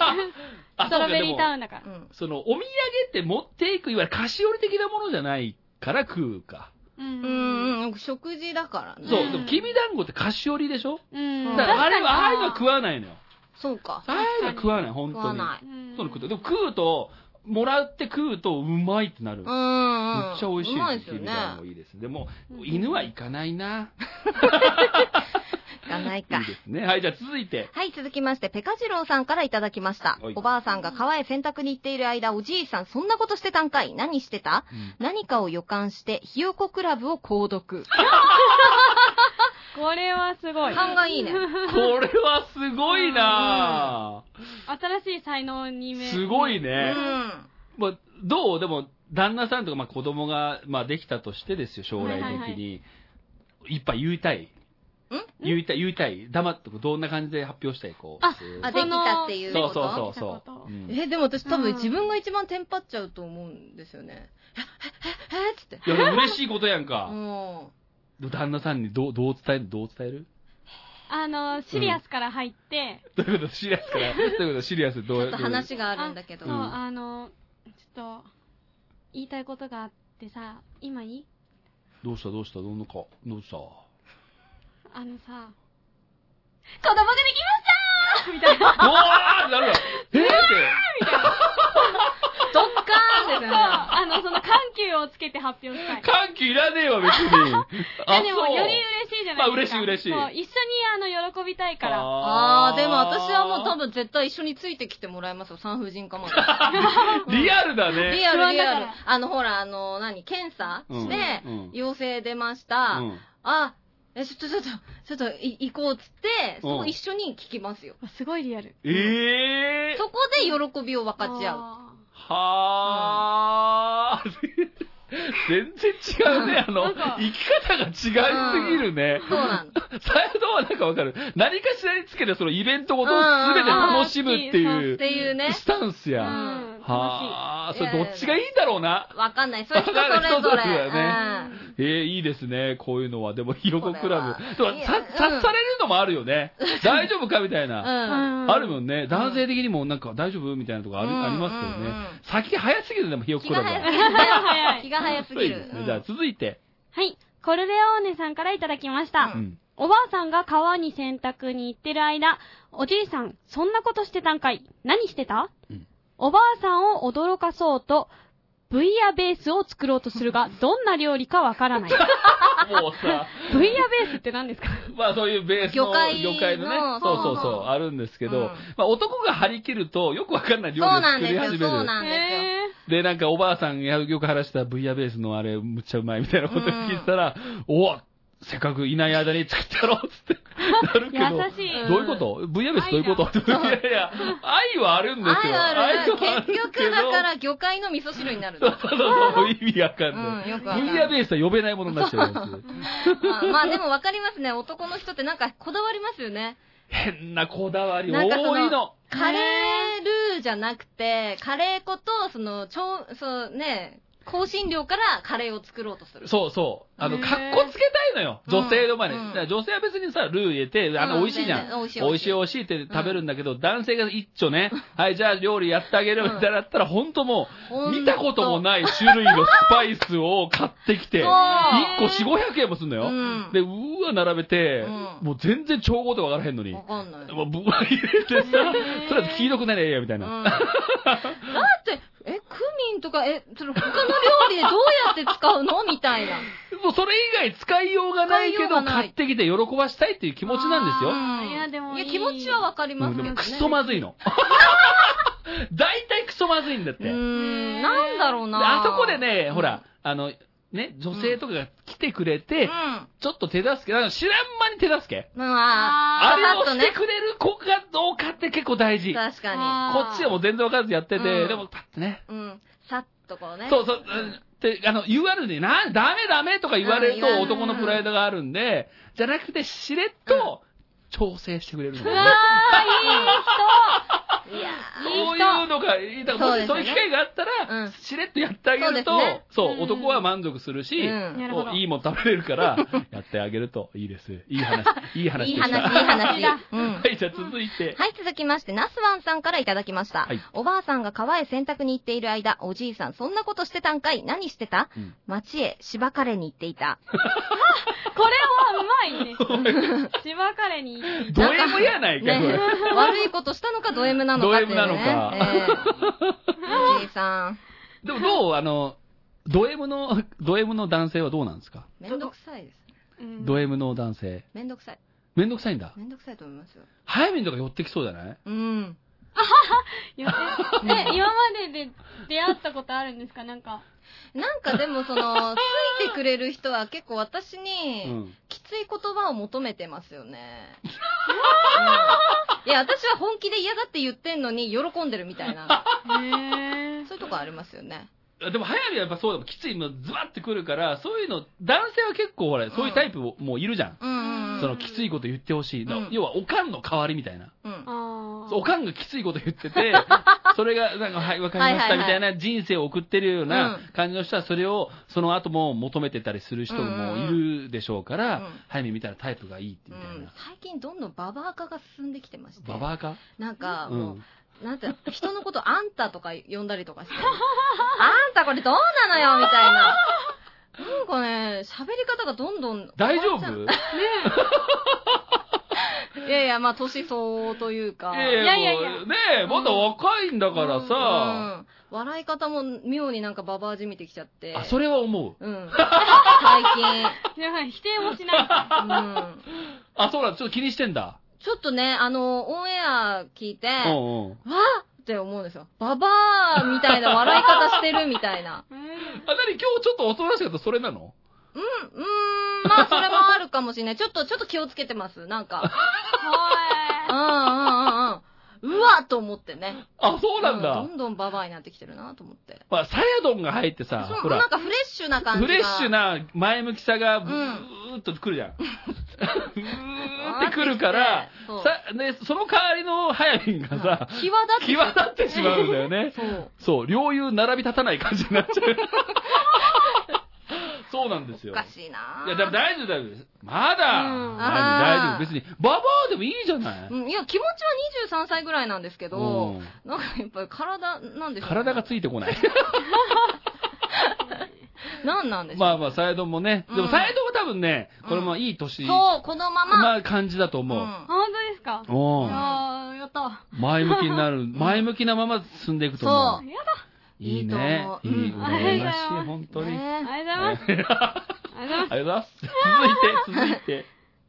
Speaker 3: あ、そ
Speaker 5: スト
Speaker 3: うか
Speaker 5: ロベリー
Speaker 3: で
Speaker 5: タ
Speaker 3: も
Speaker 5: ウンだから
Speaker 4: う。ん。
Speaker 3: その、お土産って持っていく、いわゆる菓子折り的なものじゃないから食うか。
Speaker 5: う。
Speaker 4: うんんうん、食事だからね。
Speaker 3: そう
Speaker 5: う、ん
Speaker 3: でも、きびだんごって菓子折りでしょ
Speaker 5: うん。
Speaker 3: だ
Speaker 4: ん
Speaker 3: からあれは、ああいうのは食
Speaker 5: わ
Speaker 3: わないのよ。
Speaker 4: そうか。
Speaker 3: ああいうのは食わない、本
Speaker 4: 食
Speaker 3: 当に。
Speaker 4: わない。
Speaker 3: そういうの食うと。でも食うと、もらって食うと、うまいってなる。
Speaker 4: う
Speaker 3: めっ
Speaker 4: んうん。
Speaker 3: ちゃ美味しい。
Speaker 4: うまいですよ
Speaker 3: きび
Speaker 4: ね。
Speaker 3: だんごいいです。でも、犬は行かないな。
Speaker 4: いかない
Speaker 3: い
Speaker 4: か
Speaker 3: い。ですね。はい、じゃあ続いて。
Speaker 4: はい、続きまして、ペカジロウさんからいただきました
Speaker 3: はい。
Speaker 4: おばあさんが川へ洗濯に行っている間、おじいさん、そんなことしてたんかい何してた
Speaker 3: うん
Speaker 4: 何かを予感して、ひよこクラブを購読。
Speaker 5: これはすごい。
Speaker 4: 勘がいいね。
Speaker 3: これはすごいなぁ
Speaker 5: 新しい才能に目。
Speaker 3: すごい
Speaker 4: うん。
Speaker 3: ね。まあ、どうでも、旦那さんとか、まあ、子供が、まあ、できたとしてですよ、将来的に。
Speaker 5: はいいはいは
Speaker 3: っぱい言いたい。言いたい、言いたい。黙って、どんな感じで発表したい、こう。
Speaker 5: あ
Speaker 4: あ、
Speaker 5: で
Speaker 4: で
Speaker 5: き
Speaker 4: き
Speaker 5: た
Speaker 4: た
Speaker 5: っ
Speaker 4: ってて
Speaker 5: い
Speaker 4: いう
Speaker 3: そ
Speaker 4: こ
Speaker 3: う
Speaker 4: と
Speaker 3: そうそう
Speaker 5: その
Speaker 3: そう。うんい
Speaker 4: え、でも私多
Speaker 5: うん
Speaker 4: 分自分が一番テンパっちゃうと思うんですよね。え、え、え、え、つって。
Speaker 3: や、でも嬉しいことやんか。
Speaker 4: うん。
Speaker 3: 旦那さんにどう、どう伝えるどう伝える
Speaker 5: あの、シリアスから入って、
Speaker 3: どういうことシリアス
Speaker 4: [laughs]
Speaker 3: から。どういうことシリアスどう
Speaker 4: ちょ
Speaker 3: や
Speaker 4: っと話があるんだけど
Speaker 5: そう、。
Speaker 3: ん
Speaker 5: あの、ちょっと、言いたいことがあってさ、今いい
Speaker 3: どうしたどうしたどんなか。どうしたお
Speaker 5: あのさ、
Speaker 4: 子供ができましたみた
Speaker 3: [laughs]
Speaker 4: いな。
Speaker 3: ーってなるわ。えーって。
Speaker 4: ドッカーンです
Speaker 5: そ
Speaker 4: よ
Speaker 5: う、
Speaker 4: ね。
Speaker 5: あの、その緩急をつけて発表したい。
Speaker 3: 歓喜いらねえわ、別
Speaker 4: [laughs]
Speaker 3: に。
Speaker 5: いや
Speaker 3: あ、
Speaker 5: でも、
Speaker 3: そう
Speaker 5: より嬉しいじゃないですか。
Speaker 3: まあ嬉しい嬉しい
Speaker 5: そう、一緒にあの、喜びたいから。
Speaker 4: あー、でも私はもう多分絶対一緒についてきてもらいますよ、産婦人科まで。
Speaker 3: リアルだ [laughs] ね。
Speaker 4: リア
Speaker 5: 不
Speaker 4: ル
Speaker 5: 安
Speaker 4: リ
Speaker 5: だか
Speaker 4: アル
Speaker 5: ら。
Speaker 4: あの、ほら、あの、何、検査
Speaker 3: うん
Speaker 4: して
Speaker 3: うん、
Speaker 4: 陽性出ました。
Speaker 3: うん
Speaker 4: あ、え、ちょっと、ちょっと、ちょっと、い行こうっつって、そ
Speaker 3: うん
Speaker 4: こ一緒に聞きますよ。
Speaker 5: すごいリアル。
Speaker 3: ええー、
Speaker 4: そこで喜びを分かち合う。
Speaker 5: あ
Speaker 3: はあ、全然違うね。あの、
Speaker 5: なんか
Speaker 3: 生き方が違いすぎるね。
Speaker 4: そうなの。
Speaker 3: サイドはなんかわかる。何かしらにつけて、そのイベントごとを
Speaker 4: うん
Speaker 3: 全て楽しむってい
Speaker 5: うん
Speaker 3: う
Speaker 4: っ、ていうね。
Speaker 3: スタンスや。
Speaker 5: ーうんん、楽しい。
Speaker 3: はあ、それ
Speaker 4: いやい
Speaker 3: ど
Speaker 4: や
Speaker 3: っちがいいんだろうな。
Speaker 4: わかんない。それ人それ
Speaker 3: わかん
Speaker 4: ぞ
Speaker 3: な
Speaker 4: れ。
Speaker 3: い人それぞれだ
Speaker 4: うん
Speaker 3: ええいいですね、こういうのは。でも、ひよこクラブ。で
Speaker 4: これは
Speaker 3: も、
Speaker 4: いや
Speaker 3: さ、
Speaker 4: うん
Speaker 3: 察されるのもあるよね。大丈夫かみたいな。
Speaker 4: うん。
Speaker 5: うん
Speaker 3: あるもんね。男性的にも、なんか、大丈夫みたいなとこある、
Speaker 4: うん
Speaker 3: ありますけど
Speaker 4: うんう
Speaker 3: ね
Speaker 4: ん。
Speaker 3: 先早すぎるね、でも、ひよこ
Speaker 4: 気
Speaker 3: クラ
Speaker 4: が
Speaker 3: ブは。
Speaker 4: 早す
Speaker 3: そ
Speaker 4: ぎ
Speaker 3: う
Speaker 4: る。
Speaker 5: 早い
Speaker 4: 気が早すぎ
Speaker 3: で
Speaker 4: る
Speaker 3: す。ね。じゃあ、続いて。
Speaker 5: はい。コルレオーネさんからいただきました。
Speaker 4: う
Speaker 3: うんん。
Speaker 5: おばあさんが川に洗濯に行ってる間、おじいさん、そんなことしてたんかい何してた、
Speaker 3: うん
Speaker 5: おばあさんを驚かそうと、ブイヤベースを作ろうとするが、どんな料理かわか
Speaker 3: [laughs]
Speaker 5: らない。
Speaker 3: もうさ、
Speaker 5: ブイヤベースって何ですか
Speaker 3: [laughs] まあそういうベースの
Speaker 4: 魚介の
Speaker 3: のね、
Speaker 4: そう
Speaker 3: そうそう
Speaker 4: そう
Speaker 3: そう、あるんですけど、
Speaker 4: うん
Speaker 3: まあ男が張り切るとよくわかんない
Speaker 4: うん
Speaker 3: 料理
Speaker 4: そ
Speaker 3: を
Speaker 4: うなん
Speaker 3: 作
Speaker 4: です
Speaker 3: り始
Speaker 4: よ、
Speaker 3: める。
Speaker 4: そうなんですよ。
Speaker 5: へ
Speaker 3: で、なんかおばあさんがよく話したブイヤベースのあれ、むっちゃうまいみたいなことを聞いてたら、おせっかくいない間に作ったろうっ
Speaker 4: [laughs]
Speaker 3: つってなるけど。
Speaker 5: 優しい
Speaker 3: どういうことブイヤベースどういうことい [laughs] やいや、愛はあるんですよ。
Speaker 4: 愛はある。
Speaker 3: 愛はあるけ
Speaker 4: 結
Speaker 3: ど
Speaker 4: 局だから魚介の味噌汁になる
Speaker 3: そ
Speaker 4: の
Speaker 3: う。そうそう、意味わかんない。
Speaker 4: うん、よくわかん
Speaker 3: ブ
Speaker 4: ない
Speaker 3: イヤベースは呼べないものになっちゃうんですよ。
Speaker 4: まあまあでもわかりますね。男の人ってなんかこだわりますよね。
Speaker 3: 変なこだわり
Speaker 4: なんかその
Speaker 3: 多いの。
Speaker 4: カレールーじゃなくて、カレー粉と、その、超、そうね、香辛料からカレーを作ろうとする。
Speaker 3: そうそう。あの、
Speaker 5: へー
Speaker 3: かっこつけたいのよ。
Speaker 4: うん
Speaker 3: 女性の前に。
Speaker 4: うん
Speaker 3: だから女性は別にさ、ルー入れて、あの、
Speaker 4: うん
Speaker 3: 美味しいじゃ
Speaker 4: 全
Speaker 3: ん。
Speaker 4: 然美味しい
Speaker 3: 美味しい美味しいって食べるんだけど、男性が一丁
Speaker 4: [laughs]
Speaker 3: ね、はい、じゃあ料理やってあげるみたいなったら、ほんともう、
Speaker 4: ほんと
Speaker 3: 見たこともない種類のスパイスを買ってきて、
Speaker 4: そう
Speaker 3: 1個4、500円もすんのよ。
Speaker 4: うん
Speaker 3: で、うーわ、並べて、
Speaker 4: うん
Speaker 3: もう全然調合とかわからへんのに。
Speaker 4: わかんない。だ
Speaker 3: もうぶわ入れてさ、それだと黄色くなりゃええや、みたいな。
Speaker 4: って、え、クミンとか、え、その他の料理でどうやって使うのみたいな。
Speaker 3: もうそれ以外使いようがないけ
Speaker 4: 使いよ
Speaker 3: ど、
Speaker 4: うがない
Speaker 3: 買ってきて喜ばしたいっていう気持ちなんですよ。
Speaker 5: あーいやでもいい
Speaker 4: いや、気持ちはわかりま
Speaker 3: うんで
Speaker 4: すけど
Speaker 3: も
Speaker 4: ね。
Speaker 3: クソまずい
Speaker 4: [laughs]
Speaker 3: の。大体クソまずいんだって。
Speaker 4: うー
Speaker 3: で
Speaker 4: ん、なんだろうな。
Speaker 3: あそこでね、ほら、あの、ね、女性とかが来てくれ
Speaker 4: う
Speaker 3: て、
Speaker 4: ん。ま
Speaker 3: ちょっと手助け、なんか知らん間に手助け。
Speaker 4: あ、
Speaker 3: あ
Speaker 5: あ
Speaker 3: れを
Speaker 4: パッと
Speaker 3: し
Speaker 4: ね
Speaker 3: てくれる子かどうかって結構大事。こ
Speaker 4: 確か
Speaker 3: っちはもう全然わからずやって
Speaker 4: う
Speaker 3: て、
Speaker 4: ん
Speaker 3: でもパッとね、
Speaker 4: に。うん。さっとこうね。
Speaker 3: そうそう、うんって、あの、言われるに、な、ダメダメとか言われる
Speaker 4: うん言
Speaker 3: と
Speaker 4: われる
Speaker 3: 男のプライドがあるんで、じゃなくてしれっと調整してくれるのね。
Speaker 5: あーいい人
Speaker 4: いや
Speaker 3: そういうのが、だからもし
Speaker 4: そ
Speaker 3: そううい
Speaker 4: で
Speaker 3: う機
Speaker 4: すよね
Speaker 3: 会があった
Speaker 4: う
Speaker 3: ら
Speaker 4: ん、
Speaker 3: しれっとやってあげると
Speaker 4: そうですね、
Speaker 5: う
Speaker 3: そ
Speaker 5: ん
Speaker 3: う、男は満足するし、
Speaker 4: ー、
Speaker 5: なるほど
Speaker 3: おいいもん食べれるから、やってあげるといいです。いい話、いい
Speaker 4: うん。
Speaker 3: 話
Speaker 4: い
Speaker 3: で
Speaker 4: い
Speaker 3: した。
Speaker 4: 話、いい話。うん
Speaker 3: は。い、じゃあ続いて。
Speaker 4: はい、続きまして、ナスワンさんからいただきました。
Speaker 3: はい
Speaker 4: おばあさんが川へ洗濯に行っている間、おじいさん、そんなことしてたんかい何してた、
Speaker 3: うん
Speaker 4: 町へ芝刈れに行っていた。
Speaker 5: これはうまいね。 [laughs] 千葉カレーに行ってい
Speaker 3: ド M やないか、こ
Speaker 4: ね
Speaker 3: れ。、
Speaker 4: [laughs] 悪いことしたのかド M なのかっていうね。
Speaker 3: ド M なのか [laughs]
Speaker 4: ええおじいさん、
Speaker 3: でもどうあの、ド M の、ド M の男性はどうなんですか
Speaker 4: めんどくさいです。
Speaker 5: たうん
Speaker 3: ド M の男性。
Speaker 4: めんどくさい。
Speaker 3: めんどくさいんだ。
Speaker 4: めんどくさいと思いますよ。
Speaker 3: 早めにとか寄ってきそうじゃない
Speaker 4: うん。
Speaker 5: いやえ、 [laughs] え今までで出会ったことあるんですかなんか。
Speaker 4: なんかでもそ
Speaker 3: [laughs]
Speaker 4: の、ついてくれる人は結構私に、
Speaker 3: うん。
Speaker 4: きつい言葉を求めてますよ
Speaker 3: [laughs]
Speaker 4: ね。うんいや、私は本気で嫌だって言ってんのに喜んでるみたいな。
Speaker 5: へ
Speaker 4: そういうとこありますよね。
Speaker 3: あでも早見はやっぱそうだもん。きついのズバってくるから、そういうの、男性は結構ほら、そういうタイプももういるじゃん。
Speaker 4: うんうんうん。
Speaker 3: そのきついこと言ってほしい、
Speaker 4: うん
Speaker 3: 要はおかんの代わりみたいな。
Speaker 4: うん。
Speaker 5: あ
Speaker 3: そうおかんがきついこと言って
Speaker 4: [laughs]
Speaker 3: て、それが、なんか、はい、わかりました
Speaker 4: はいはいはい
Speaker 3: みたいな人生を送ってるような
Speaker 4: う
Speaker 3: 感じの人は、それを、その後も求めてたりする人もいるでしょうか
Speaker 4: うんうん
Speaker 3: ら
Speaker 4: うん、
Speaker 3: 早見見たらタイプがいいって
Speaker 4: う
Speaker 3: みたい
Speaker 4: ん
Speaker 3: な。
Speaker 4: 最近どんどんババア化が進んできてまして。
Speaker 3: ババアか
Speaker 4: なんか、
Speaker 3: う
Speaker 4: も
Speaker 3: ん。
Speaker 4: う、なんて、人のことあんたとか呼んだりとか
Speaker 3: [laughs]
Speaker 4: して。あんたこれどうなのよみたいな。なんかね、喋り方がどんどん。
Speaker 3: 大丈夫
Speaker 4: いやいや、まあ、年相応というか。
Speaker 5: いやいやいや
Speaker 3: もうねえ、まだ若いんだからさ、
Speaker 4: うん、笑い方も妙になんかババアじみてきちゃって。
Speaker 3: あ、それは思う。
Speaker 4: うん。最近。
Speaker 5: ーやばい、否定もしない。
Speaker 4: うん。
Speaker 3: あ、そうだ、ちょっと気にしてんだ。
Speaker 4: ちょっとね、あの、オンエア聞いて、
Speaker 3: う
Speaker 4: わ
Speaker 3: んうん。
Speaker 4: あって思うんですよ。ババアみたいな笑い方してるみたい
Speaker 5: [laughs]
Speaker 4: な。
Speaker 5: うん
Speaker 3: あ、なに今日ちょっとおとなしかったそれなの
Speaker 4: うん、うーん、まあそれもあるかもしれない。ちょっと、ちょっと気をつけてます。なんか。うん、
Speaker 5: は
Speaker 4: うん、うん、うん。うわっと思ってね。
Speaker 3: あ、そうなんだ。
Speaker 4: うどんどんババアになってきてるなと思って。
Speaker 3: まあ、サヤドンが入ってさ、
Speaker 4: そ
Speaker 3: ほ
Speaker 4: う、なん
Speaker 3: ら、
Speaker 4: かフレッシュな感
Speaker 3: フ
Speaker 4: じが。
Speaker 3: レッシュな前向きさが、
Speaker 4: ん
Speaker 3: ブーっとくる
Speaker 4: [laughs]
Speaker 3: じゃん。ブーってく
Speaker 4: 来
Speaker 3: るから、、
Speaker 4: そう
Speaker 3: さ、ね、その代わりの早見がさ、
Speaker 4: 際立ってきて
Speaker 3: 際立ってしまうんだよね。
Speaker 4: [laughs] そう。
Speaker 3: そう、両友並び立たない感じになっちゃ
Speaker 4: [laughs]
Speaker 3: う。そうなんです
Speaker 4: お
Speaker 3: よ。
Speaker 4: かしいない
Speaker 3: や、でも大丈夫、大丈夫です。まだ、
Speaker 5: うん
Speaker 3: 大
Speaker 4: あー
Speaker 3: 丈夫、別に。ババアでもいいじゃない。
Speaker 4: うん、いや、気持ちは23歳ぐらいなんですけ
Speaker 3: う
Speaker 4: ど、
Speaker 3: ん
Speaker 4: なんかやっぱり体なんでしょうね
Speaker 3: 体がついてこない。
Speaker 4: なんなんでしょ
Speaker 3: [laughs]
Speaker 4: う、
Speaker 3: まあまあ、サヤドンもね。で
Speaker 4: う
Speaker 3: も、
Speaker 4: ん
Speaker 3: サヤドンは多分ね、これもいい年、
Speaker 4: そう、このまま。
Speaker 3: な感じだと思う。
Speaker 5: い。本当ですか
Speaker 3: おー
Speaker 5: ああ、やった。や
Speaker 3: 前向きにな
Speaker 4: [laughs]
Speaker 3: る、前向きなまま進んでいくと思う。
Speaker 5: だ。
Speaker 3: いいね。
Speaker 4: い
Speaker 3: い
Speaker 4: い
Speaker 3: い、
Speaker 4: と思う
Speaker 3: 羨
Speaker 4: うん
Speaker 3: ましい、本当に。 [laughs]
Speaker 4: ね
Speaker 5: あ
Speaker 4: え
Speaker 5: りがとうございます。ありがとうございます。
Speaker 3: ありがとうございます。続いて、続いて。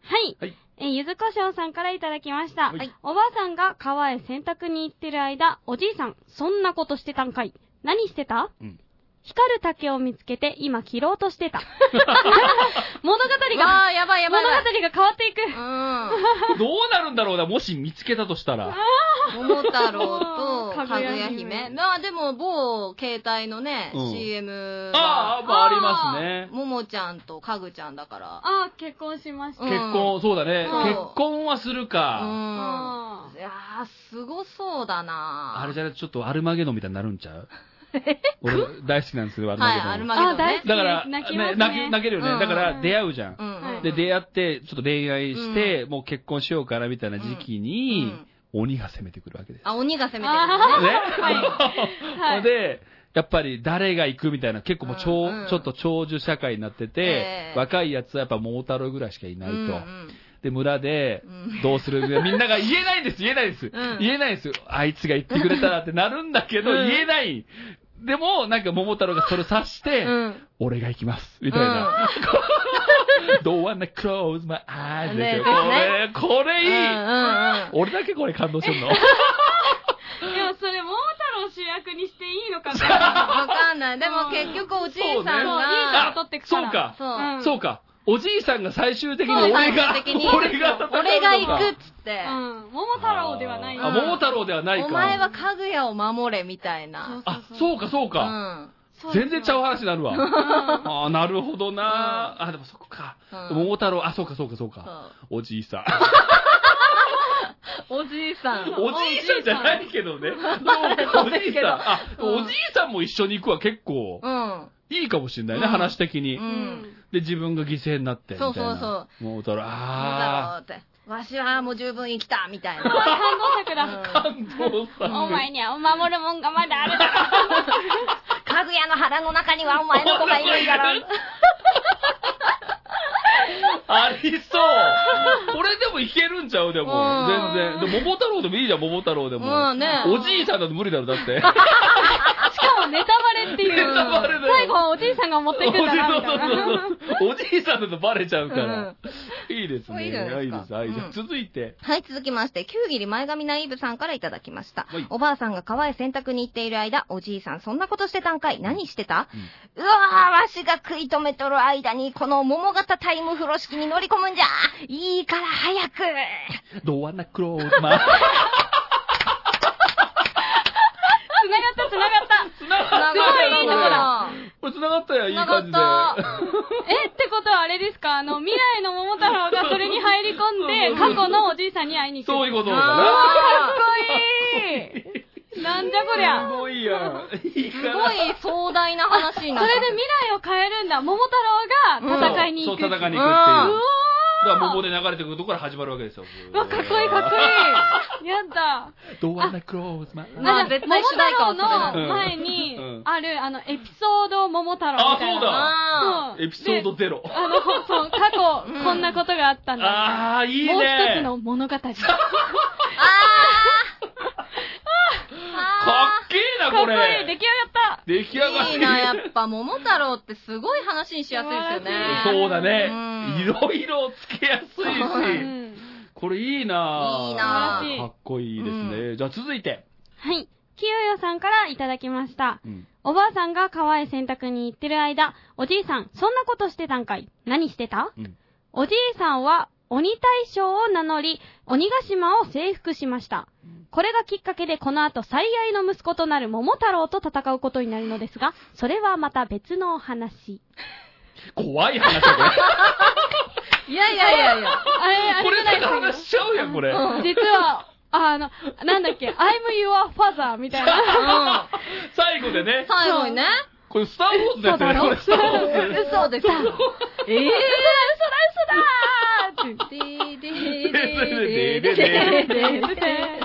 Speaker 5: はい。
Speaker 3: はい
Speaker 5: えーゆずこしょうさんからいただきました。
Speaker 3: はい
Speaker 5: おばあさんが川へ洗濯に行ってる間、おじいさん、そんなことしてたんかい何してた、
Speaker 3: うん
Speaker 5: 光る竹を見つけて、今切ろうとし
Speaker 3: [laughs]
Speaker 5: てた。 [laughs] 物語
Speaker 4: わ
Speaker 5: が、
Speaker 4: あ、やばいやば
Speaker 5: 物
Speaker 4: い
Speaker 5: 語
Speaker 4: やばい。
Speaker 5: が変わっていく。
Speaker 3: どうなるんだろうな、もし見つけたとしたら。
Speaker 4: うん。桃太郎と、
Speaker 5: か
Speaker 4: かぐ
Speaker 5: ぐや姫
Speaker 4: や姫。まあでも、某携帯のね、
Speaker 3: うん
Speaker 4: CM
Speaker 3: ああ、
Speaker 4: は、
Speaker 3: まあありますね。
Speaker 4: ももちゃんとかぐちゃんだから。
Speaker 5: ああ、結婚しました。
Speaker 4: うん
Speaker 3: 結婚、そうだね。
Speaker 4: そう
Speaker 3: 結婚はする
Speaker 4: う
Speaker 3: か。
Speaker 4: ん。
Speaker 5: あ
Speaker 4: いやー、すごそうだな
Speaker 3: あれじゃないちょっとアルマゲドンみたいになるんちゃ
Speaker 4: [laughs]
Speaker 3: う俺、大好きなんですよ、アルマ
Speaker 4: はい、
Speaker 3: ゲドン。
Speaker 4: アル
Speaker 5: あ
Speaker 4: マ
Speaker 5: ああ、
Speaker 4: ゲドン
Speaker 5: 大好
Speaker 4: ね
Speaker 5: き。。
Speaker 3: だから、
Speaker 5: 泣きますね。
Speaker 3: 泣き泣けるよね。
Speaker 4: うん
Speaker 3: だから、出会うじゃん。
Speaker 4: うんうん
Speaker 5: はい
Speaker 3: で、出会って、ちょっと恋愛して、もう結婚しようかな、みたいな時期に、鬼が攻めてくるわけです。
Speaker 4: あ、鬼が攻めてるんです
Speaker 5: あ
Speaker 4: ね。
Speaker 5: あ、
Speaker 3: ね
Speaker 5: は
Speaker 3: [laughs]
Speaker 5: い
Speaker 3: で、やっぱり誰が行くみたいな、結構もう超、
Speaker 4: うんうん
Speaker 3: ちょっと長寿社会になってて、
Speaker 4: ええ
Speaker 3: 若いやつはやっぱ桃太郎ぐらいしかいないと。
Speaker 4: うんうん
Speaker 3: で、村で
Speaker 4: うん、
Speaker 3: どうするみたいなみんなが言えないんです、言えないです。
Speaker 4: ん
Speaker 3: 言えないです。あいつが言ってくれたらってなるんだけど、
Speaker 4: うん
Speaker 3: 言えない。でも、なんか桃太郎がそれ察して、
Speaker 4: うん
Speaker 3: 俺が行きます。みたいな。Don't wanna close my eyes.
Speaker 4: ね
Speaker 3: で
Speaker 4: ね
Speaker 3: これ、こ
Speaker 4: うんう
Speaker 3: れいい
Speaker 4: んうん
Speaker 3: 俺だけこれ感動してんの
Speaker 5: でもそれ、桃太郎主役にしていいのかな
Speaker 3: [laughs]
Speaker 4: わかんない。でも結局おじいさん
Speaker 5: そうね
Speaker 4: が、
Speaker 5: 取ってくか
Speaker 3: そう
Speaker 5: ら
Speaker 3: か。
Speaker 4: そう。
Speaker 5: うん
Speaker 3: そうか。おじいさんが最終的に
Speaker 4: そう
Speaker 3: 俺が
Speaker 4: 最終的に、
Speaker 3: 俺が戦うのか
Speaker 4: 俺が行くっつって、
Speaker 5: うん。桃太郎ではない。
Speaker 3: あ、桃太郎ではないか。
Speaker 4: お前はかぐやを守れみたいな。
Speaker 3: あ、そうか、そう
Speaker 4: う
Speaker 3: か。
Speaker 4: ん。
Speaker 5: そうですよ
Speaker 3: 全然ちゃう話になるわ。
Speaker 5: うん
Speaker 3: あーなるほどなあ、でもそこか。
Speaker 4: うん [laughs]
Speaker 3: 桃太郎、あ、そうか、そうか、そうか。おじいさん。
Speaker 6: おじいさん。
Speaker 3: おじいさんじゃないけどね。おじいさん。あ、
Speaker 6: うん
Speaker 3: おじいさんも一緒に行くは結構
Speaker 4: うん。
Speaker 3: いいかもしれないね、
Speaker 4: うん
Speaker 3: 話的に、
Speaker 4: う。
Speaker 5: うん
Speaker 3: で、自分が犠牲になってみたいな。。
Speaker 4: そうそうそう
Speaker 3: もうたら、
Speaker 4: な
Speaker 3: あ
Speaker 4: んだろうって。わしはもう十分生きた、みたい
Speaker 5: [laughs] これ
Speaker 4: な。
Speaker 5: [laughs] 感動作
Speaker 4: う
Speaker 5: だ。
Speaker 3: ー、[laughs]
Speaker 4: ん
Speaker 3: 感動さ
Speaker 5: お前にはお守るもんがまだあるだろ。
Speaker 4: かぐやの腹の中にはお前の子がいるんだろ。
Speaker 3: ありそうこれでもいけるんちゃうでも、
Speaker 4: うん
Speaker 3: 全然。で、桃太郎でもいいじゃん、桃太郎で [laughs] も。
Speaker 4: うんね
Speaker 3: おじいさんだと無理だろ、だ
Speaker 4: [laughs]
Speaker 3: って。
Speaker 5: [laughs] しかもネタバレっていう。
Speaker 3: ネタバレだよ
Speaker 5: 最後はおじいさんが持っていくんだな、みたいな。
Speaker 3: おじいさんだとバレちゃうから。いいです
Speaker 4: これ
Speaker 3: ね。
Speaker 4: いいじゃないですか
Speaker 3: あいいです
Speaker 4: うん
Speaker 3: 続いて。
Speaker 4: はい、続きまして、九ギリ前髪ナイーブさんからいただきました
Speaker 3: はい。
Speaker 4: おばあさんが川へ洗濯に行っている間、おじいさんそんなことしてたんかい何してた、うわぁ、わしが食い止めとる間に、この桃型タイム風呂敷に乗り込むんじゃいいから早く
Speaker 3: ドアナクローズマン。
Speaker 5: 繋がった、繋
Speaker 3: [laughs]
Speaker 5: がった。
Speaker 3: つな
Speaker 4: す
Speaker 3: がったよ
Speaker 5: いいとこだ。
Speaker 3: これつながったよ、いい
Speaker 4: つなが
Speaker 3: 感
Speaker 4: っ
Speaker 3: じで。
Speaker 4: た。
Speaker 5: え、ってことはあれですかあの、未来の桃太郎がそれに入り込んで、過去のおじいさんに会いに行く。
Speaker 3: そういうことだな。
Speaker 4: あ
Speaker 5: かっこいいなんじゃこりゃ。
Speaker 3: すごいやん。いい
Speaker 4: ー
Speaker 3: か
Speaker 4: す
Speaker 3: ら
Speaker 4: ごい壮大な話に
Speaker 5: そ
Speaker 4: なった。
Speaker 5: れで未来を変えるんだ。桃太郎が戦いに行く。
Speaker 3: そう、戦いに行く
Speaker 4: うん
Speaker 3: っていうう。
Speaker 5: おー
Speaker 3: だから、桃で流れてくるとこから始まるわけですよ。
Speaker 5: うわ、かっこいい、かっこ
Speaker 3: [laughs]
Speaker 5: いい。やった。
Speaker 3: ドアナクローズマン。
Speaker 4: まあ絶対主題歌は
Speaker 5: 桃
Speaker 4: そ
Speaker 5: 太
Speaker 3: れ
Speaker 5: 郎の
Speaker 3: だ
Speaker 5: 前に
Speaker 3: うん
Speaker 5: ある、あの、エピソード桃太郎みたいな。
Speaker 4: あ
Speaker 5: そう
Speaker 3: エピソード
Speaker 5: で
Speaker 3: ゼロ。
Speaker 5: あの、ほそう、過去、
Speaker 4: うん
Speaker 5: こんなことがあったんだ。
Speaker 3: ああ、いいね。
Speaker 5: もう一つの物
Speaker 4: ー
Speaker 5: 語。
Speaker 4: あ
Speaker 3: か
Speaker 4: ーあ
Speaker 3: っけえな、
Speaker 5: かっ
Speaker 3: こ
Speaker 5: こ
Speaker 3: れ。
Speaker 5: いい、出来上
Speaker 3: 出来上がっ
Speaker 4: ーい
Speaker 3: てる
Speaker 4: いな、やっぱ、桃太郎ってすごい話にしやすいですよね。
Speaker 3: そうだね
Speaker 4: うん。
Speaker 3: いろいろつけやすい
Speaker 4: そう
Speaker 5: がった。う
Speaker 3: し。
Speaker 5: ん
Speaker 3: これいいないい
Speaker 4: いな
Speaker 5: 素晴らしい
Speaker 3: かっこいいですね。じゃあ続いて。
Speaker 5: はい。きよよさんからいただきました。
Speaker 3: うん
Speaker 5: おばあさんが川へ洗濯に行ってる間、おじいさん、そんなことしてたんかい何してた、
Speaker 3: うん
Speaker 5: おじいさんは鬼大将を名乗り、鬼ヶ島を征服しました。これがきっかけでこの後最愛の息子となる桃太郎と戦うことになるのですが、それはまた別のお話。
Speaker 3: 怖い話だ、こ
Speaker 5: [laughs]
Speaker 3: れ。
Speaker 4: ーいやいやいやいや。
Speaker 5: あれ、あ
Speaker 3: こ
Speaker 5: れじ
Speaker 3: れ
Speaker 5: ゃな
Speaker 3: だけ
Speaker 5: いですか
Speaker 3: 話しちゃうやん、これ。
Speaker 5: 実は、あの、なんだっけ、I'm your father みたいな。
Speaker 4: うん。
Speaker 3: 最後でね。
Speaker 4: 最後にね。
Speaker 3: これ、スター・ウォーズですよね、これ、スター・ウォーズ。
Speaker 4: 嘘でさ。えぇ、ー、
Speaker 5: 嘘だ、嘘だ
Speaker 4: でーでー
Speaker 3: でーでー
Speaker 4: でーでー
Speaker 3: でーでー
Speaker 5: って言って。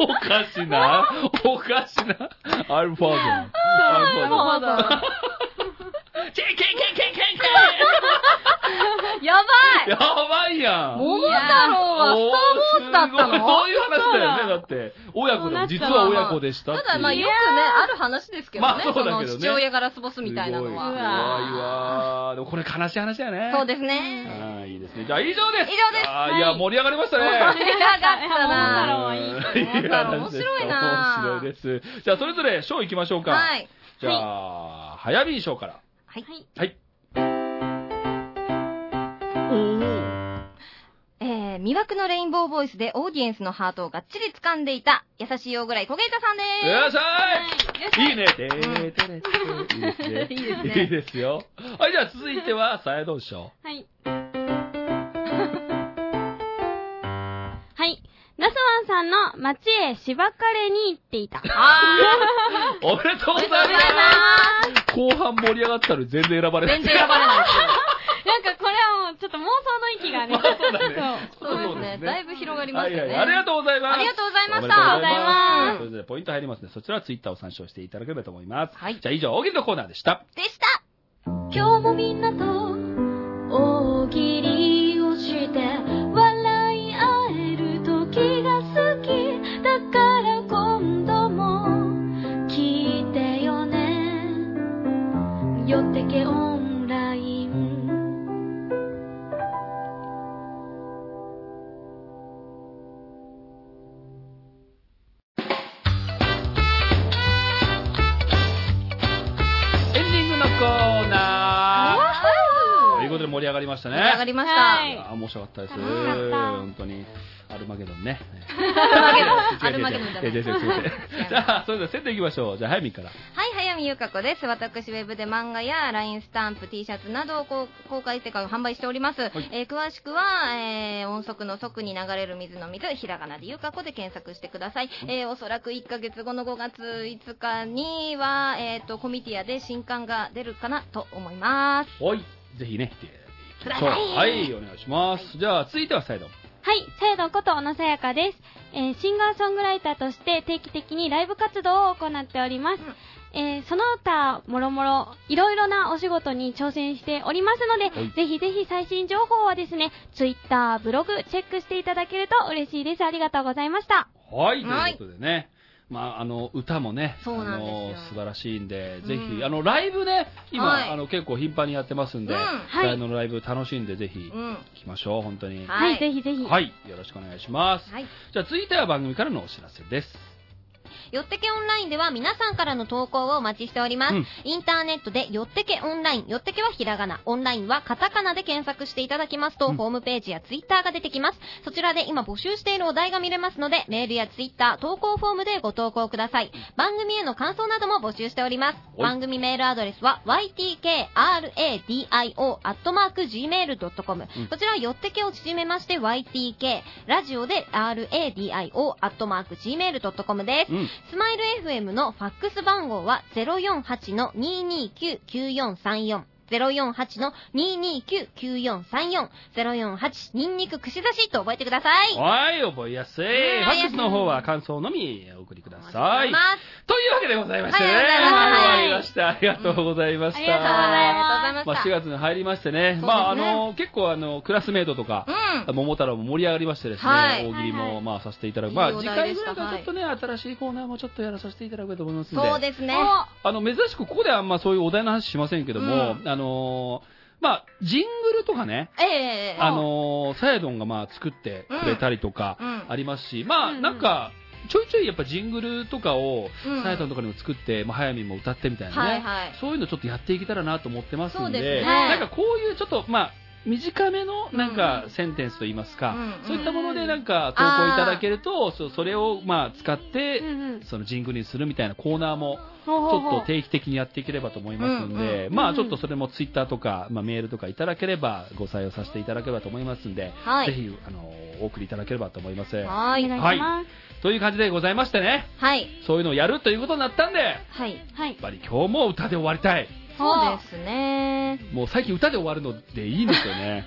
Speaker 3: おかしな。おかしな。アルファード。アルファー
Speaker 4: [laughs] そうだ
Speaker 3: ド。チェンケンケンケンケンケ
Speaker 4: や
Speaker 3: ンやば
Speaker 4: [laughs]
Speaker 3: いやん。
Speaker 4: ばい桃太郎はスターウォーズだった
Speaker 3: おーすごい
Speaker 4: の
Speaker 3: そういう話だよね、だって。親子でも、実は親子でしたっていう。
Speaker 4: ただまあよくね、ある話ですけどね。
Speaker 3: まあそうだけどね
Speaker 4: その父親がラスボスみたいなの
Speaker 3: すごい
Speaker 4: は。
Speaker 5: す
Speaker 3: 怖いわー。でもこれ悲しい話だよね。
Speaker 4: そうです
Speaker 3: す
Speaker 4: ね。
Speaker 3: あーいいですね。じゃあ以上です。
Speaker 4: 以上です
Speaker 3: あー
Speaker 5: はい
Speaker 3: いや、盛り上がりましたね。
Speaker 4: 盛り上がった
Speaker 5: 桃太
Speaker 4: な
Speaker 5: 郎はいい
Speaker 3: うん
Speaker 4: 桃太郎面白いな
Speaker 3: 面白いです。じゃあ、それぞれ賞行きましょうか。
Speaker 4: はい。
Speaker 3: じゃあ、早見賞から。
Speaker 4: はい。
Speaker 3: はい。おー。
Speaker 4: えー、魅惑のレインボーボイスでオーディエンスのハートをがっちり掴んでいた、優しい大ぐらい小げいたさんで
Speaker 3: いら
Speaker 4: ー
Speaker 3: っしゃいいいね。でーてれてーいいですね。いいですよ。はい、じゃあ続いては、サヤドン賞。
Speaker 5: はい。 [laughs] はい。ナスワンさんの町へ芝カレーに行っていた。
Speaker 4: あ
Speaker 3: おめでとうござい
Speaker 4: ー、ありがとうござい
Speaker 3: ま
Speaker 4: ます。
Speaker 3: す。後半盛り上がったのに全然選ばれない。
Speaker 4: 全然選ばれない
Speaker 5: [laughs] なんかこれはもうちょっと妄想の域がね。
Speaker 4: [laughs]
Speaker 3: まあそうだね
Speaker 5: そう
Speaker 4: そうですね。だいぶ広がりましたね。
Speaker 3: はいはい、ありがとうございます。
Speaker 4: ありがとうございま
Speaker 3: おめ
Speaker 4: した
Speaker 3: でとうござい
Speaker 5: ありがとうございま
Speaker 3: ますす。それぞれポイント入りますね。そちらはツイッターを参照していただければと思います。
Speaker 4: はい
Speaker 3: じゃあ以上、大喜利のコーナーでした。
Speaker 4: でした
Speaker 2: 今日もみんなと大喜利をして笑い合える時が好きだから今度も聞いてよねよってけオンライン
Speaker 3: エンディングのコーナー。というこことで盛り上がりましたね。
Speaker 4: 盛り上がりました。
Speaker 5: はい
Speaker 3: あー面白かったです。
Speaker 5: 楽しかった
Speaker 3: 本当に。アルマゲドンね。
Speaker 4: アルマゲドンアルマゲドンじゃ
Speaker 3: 違う違う違う [laughs] 違う違う違うじゃあ、それでは、セットいきましょう。じゃあ、早見から。
Speaker 4: はい、早見優香子です。私、ウェブで漫画や LINE スタンプ、T シャツなどをこう公開してから販売しております。えー詳しくは、えー音速の速に流れる水の水、ひらがなで優香子で検索してください。えーおそらく1ヶ月後の5月5日には、えっ、と、コミティアで新刊が出るかなと思います。
Speaker 3: はい。ぜひね、来ていただきましょう
Speaker 4: ください
Speaker 3: はい、お願いします。じゃあ、続いてはサイド。
Speaker 5: はい、サイドこと小野さやかです。えーシンガーソングライターとして定期的にライブ活動を行っております。えーその他、もろもろ、いろいろなお仕事に挑戦しておりますので、
Speaker 3: はい
Speaker 5: ぜひぜひ最新情報はですね、ツイッター、ブログ、チェックしていただけると嬉しいです。ありがとうございました。
Speaker 3: はい、と
Speaker 4: はいいう
Speaker 3: ことでね。まあ、あの、歌もね、
Speaker 4: そうなんですよ
Speaker 3: あの素晴らしいんで、ぜ
Speaker 4: う
Speaker 3: ひ、
Speaker 4: ん
Speaker 3: あの、ライブね、今、
Speaker 4: はい
Speaker 3: あの、結構頻繁にやってますんで、
Speaker 4: うん
Speaker 5: はい
Speaker 3: ライブのライブ楽しんで、ぜひ、
Speaker 4: う
Speaker 3: 行
Speaker 4: ん。
Speaker 3: きましょう、本当に。
Speaker 4: はい
Speaker 5: はい、ぜひぜひ。
Speaker 3: はい、よろしくお願いします。
Speaker 4: はい。
Speaker 3: じゃあ、続いては番組からのお知らせです。
Speaker 4: よってけオンラインでは皆さんからの投稿をお待ちしております。
Speaker 3: うん
Speaker 4: インターネットでよってけオンライン、よってけはひらがな、オンラインはカタカナで検索していただきますと、
Speaker 3: うん
Speaker 4: ホームページやツイッターが出てきます。そちらで今募集しているお題が見れますので、メールやツイッター、投稿フォームでご投稿ください。番組への感想なども募集しております。
Speaker 3: はい
Speaker 4: 番組メールアドレスは ytkradio.gmail.com、
Speaker 3: うん
Speaker 4: こちらはよってけを縮めまして ytk、ラジオで radio.gmail.com です。
Speaker 3: うん。
Speaker 4: スマイル FM のファックス番号は048の229-9434。048の229-9434。048ニンニク串刺しと覚えてください。
Speaker 3: はい、覚えやすい。フ
Speaker 4: ん
Speaker 3: ァックスの方は感想のみお送りくだ
Speaker 4: お
Speaker 3: さ
Speaker 4: 願
Speaker 3: い
Speaker 4: し。ます
Speaker 3: というわけでございましてね。
Speaker 4: はい
Speaker 5: あ
Speaker 3: 終
Speaker 5: り
Speaker 3: わり
Speaker 5: が
Speaker 3: ました。ありがとうございました。
Speaker 5: うんありがとうございました
Speaker 4: ありがとうご
Speaker 3: まあ、
Speaker 4: ざ
Speaker 3: 4
Speaker 4: いまし
Speaker 3: 月に入りましてね、
Speaker 4: すね
Speaker 3: まあ、あの、結構あの、クラスメイトとか、
Speaker 4: た。うん。
Speaker 3: 桃太郎も盛り上がりましてですね、
Speaker 4: はい
Speaker 3: 大喜利
Speaker 5: はいは
Speaker 3: も
Speaker 5: い
Speaker 3: まあさせていただく。まあ
Speaker 4: いいお
Speaker 3: 次
Speaker 4: 題
Speaker 3: 回
Speaker 4: で
Speaker 3: ぐ
Speaker 4: し
Speaker 3: ら
Speaker 4: た
Speaker 3: いからちょっとね、新しいコーナーもちょっとやらさせていただこうと思いますんで。
Speaker 4: そうですね。
Speaker 3: あの、珍しくここではあんまそういうお題の話しませんけども、
Speaker 4: う
Speaker 3: あのーまあ、ジングルとかね、
Speaker 4: ええ
Speaker 3: あのーサヤドンがまあ作ってくれたりとか
Speaker 4: うん
Speaker 3: ありますし、まあ、
Speaker 5: うん
Speaker 3: なんか、ちょいちょいやっぱジングルとかを、
Speaker 4: うん
Speaker 3: サヤドンとかにも作って、まあ、早見も歌ってみたいなね、
Speaker 4: はいはい。
Speaker 3: そういうのちょっとやっていけたらなと思ってます
Speaker 4: そうん
Speaker 3: で、
Speaker 4: ですね
Speaker 3: なんかこういうちょっと、まあ、短めのなん
Speaker 4: う
Speaker 3: かセンテンスといいますか、
Speaker 4: うん
Speaker 3: そういったものでなんか投稿いただけると、そうそれをまあ使っ
Speaker 5: うん
Speaker 3: て、
Speaker 5: うん。
Speaker 3: そのジングルにするみたいなコーナーも
Speaker 5: ちょ
Speaker 3: ちょっと定期的にやっていければと思いますので、
Speaker 5: うん
Speaker 3: まあちょっとそれもツイッターとか、まあ、メールとかいただければご採用させていただければと思いますんで、
Speaker 4: はい
Speaker 3: ぜひあのお送りいただければと思います。
Speaker 4: は
Speaker 5: お
Speaker 4: い。
Speaker 5: 願いします。
Speaker 3: という感じでございましてね、
Speaker 4: はい。
Speaker 3: そういうのをやるということになったんで、や
Speaker 4: はい。
Speaker 5: はい
Speaker 3: っ。ぱり今日も歌で終わりたい。
Speaker 4: そうですね。
Speaker 3: もう最近歌で終わるのでいいんですよ
Speaker 5: [laughs]
Speaker 3: ね。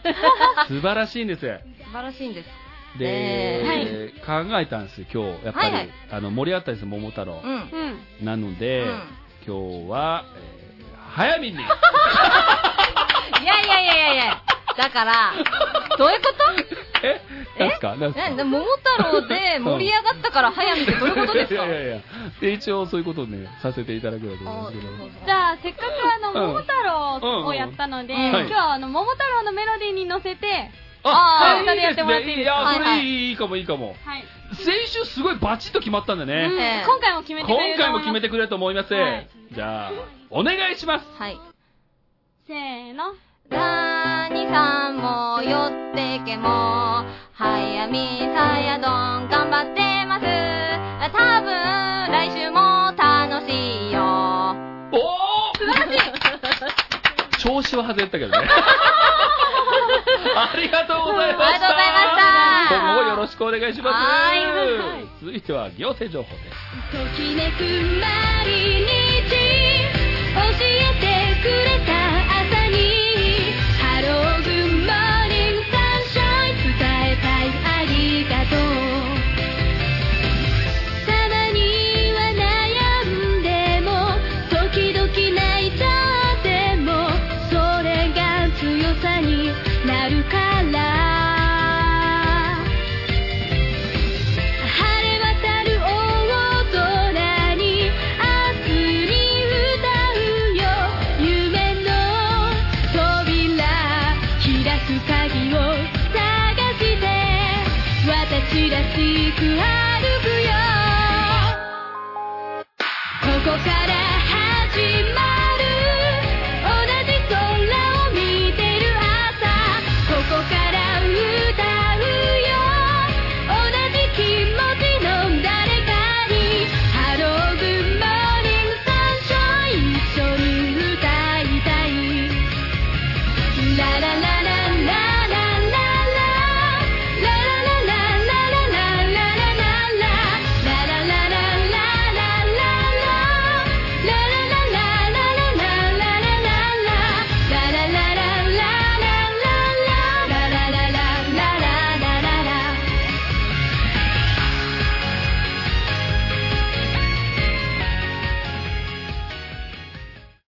Speaker 3: 素晴らしいんです。
Speaker 4: 素晴らしいんです。
Speaker 3: で、
Speaker 5: え
Speaker 3: 考えたんです今日やっぱり、
Speaker 4: はいはい
Speaker 3: あの盛り上がったんです桃太郎
Speaker 4: う、ん。
Speaker 5: うん。
Speaker 3: なので、
Speaker 4: うん
Speaker 3: 今日は、えー早
Speaker 5: [laughs]
Speaker 3: 見に
Speaker 4: いやいやいやいやいや。だから、どういうこと
Speaker 3: えなんすかなんすか
Speaker 4: え、で桃太郎で盛り上がったから早見ってどういうことですか
Speaker 3: いやいやいやで一応そういうことをねさせていただければと思いますけど
Speaker 5: じゃあ、せっかくあの、
Speaker 3: うん
Speaker 5: 桃太郎をやったので、
Speaker 4: うんうん
Speaker 5: 今日はあの、桃太郎のメロディーに乗せて、
Speaker 4: あー
Speaker 3: いい
Speaker 5: 歌でやってもらっていいですか
Speaker 3: やそ
Speaker 4: はい
Speaker 3: れ
Speaker 4: はい
Speaker 3: いいいいかもいいかも
Speaker 5: はい。
Speaker 3: 先週すごいバチッと決まったんで
Speaker 5: う
Speaker 3: ね、
Speaker 5: ん今回も決めてく
Speaker 3: 今
Speaker 5: れると
Speaker 3: 回
Speaker 5: 思
Speaker 3: も
Speaker 5: います
Speaker 3: 決めてくれると思います、
Speaker 5: はい
Speaker 3: じゃあお願いします
Speaker 4: はい。
Speaker 5: せーの。
Speaker 4: 何さんも寄ってけも、早見さやどん頑張ってます。多分来週も楽しいよ。
Speaker 3: おお調子は外れたけどね。 [laughs] ありがとうございました。
Speaker 4: ありがとうございました
Speaker 3: 今後もよろしくお願いします。
Speaker 4: は
Speaker 3: 続いては行政情報です。
Speaker 2: ときめく毎日教えてくれた朝にハローグッモーニングサンシャイン伝えたいありがとうたまには悩んでも時々泣いたってもそれが強さになるから晴れ渡る大空に明日に歌うよ夢の扉開く鍵を探して私らしく歩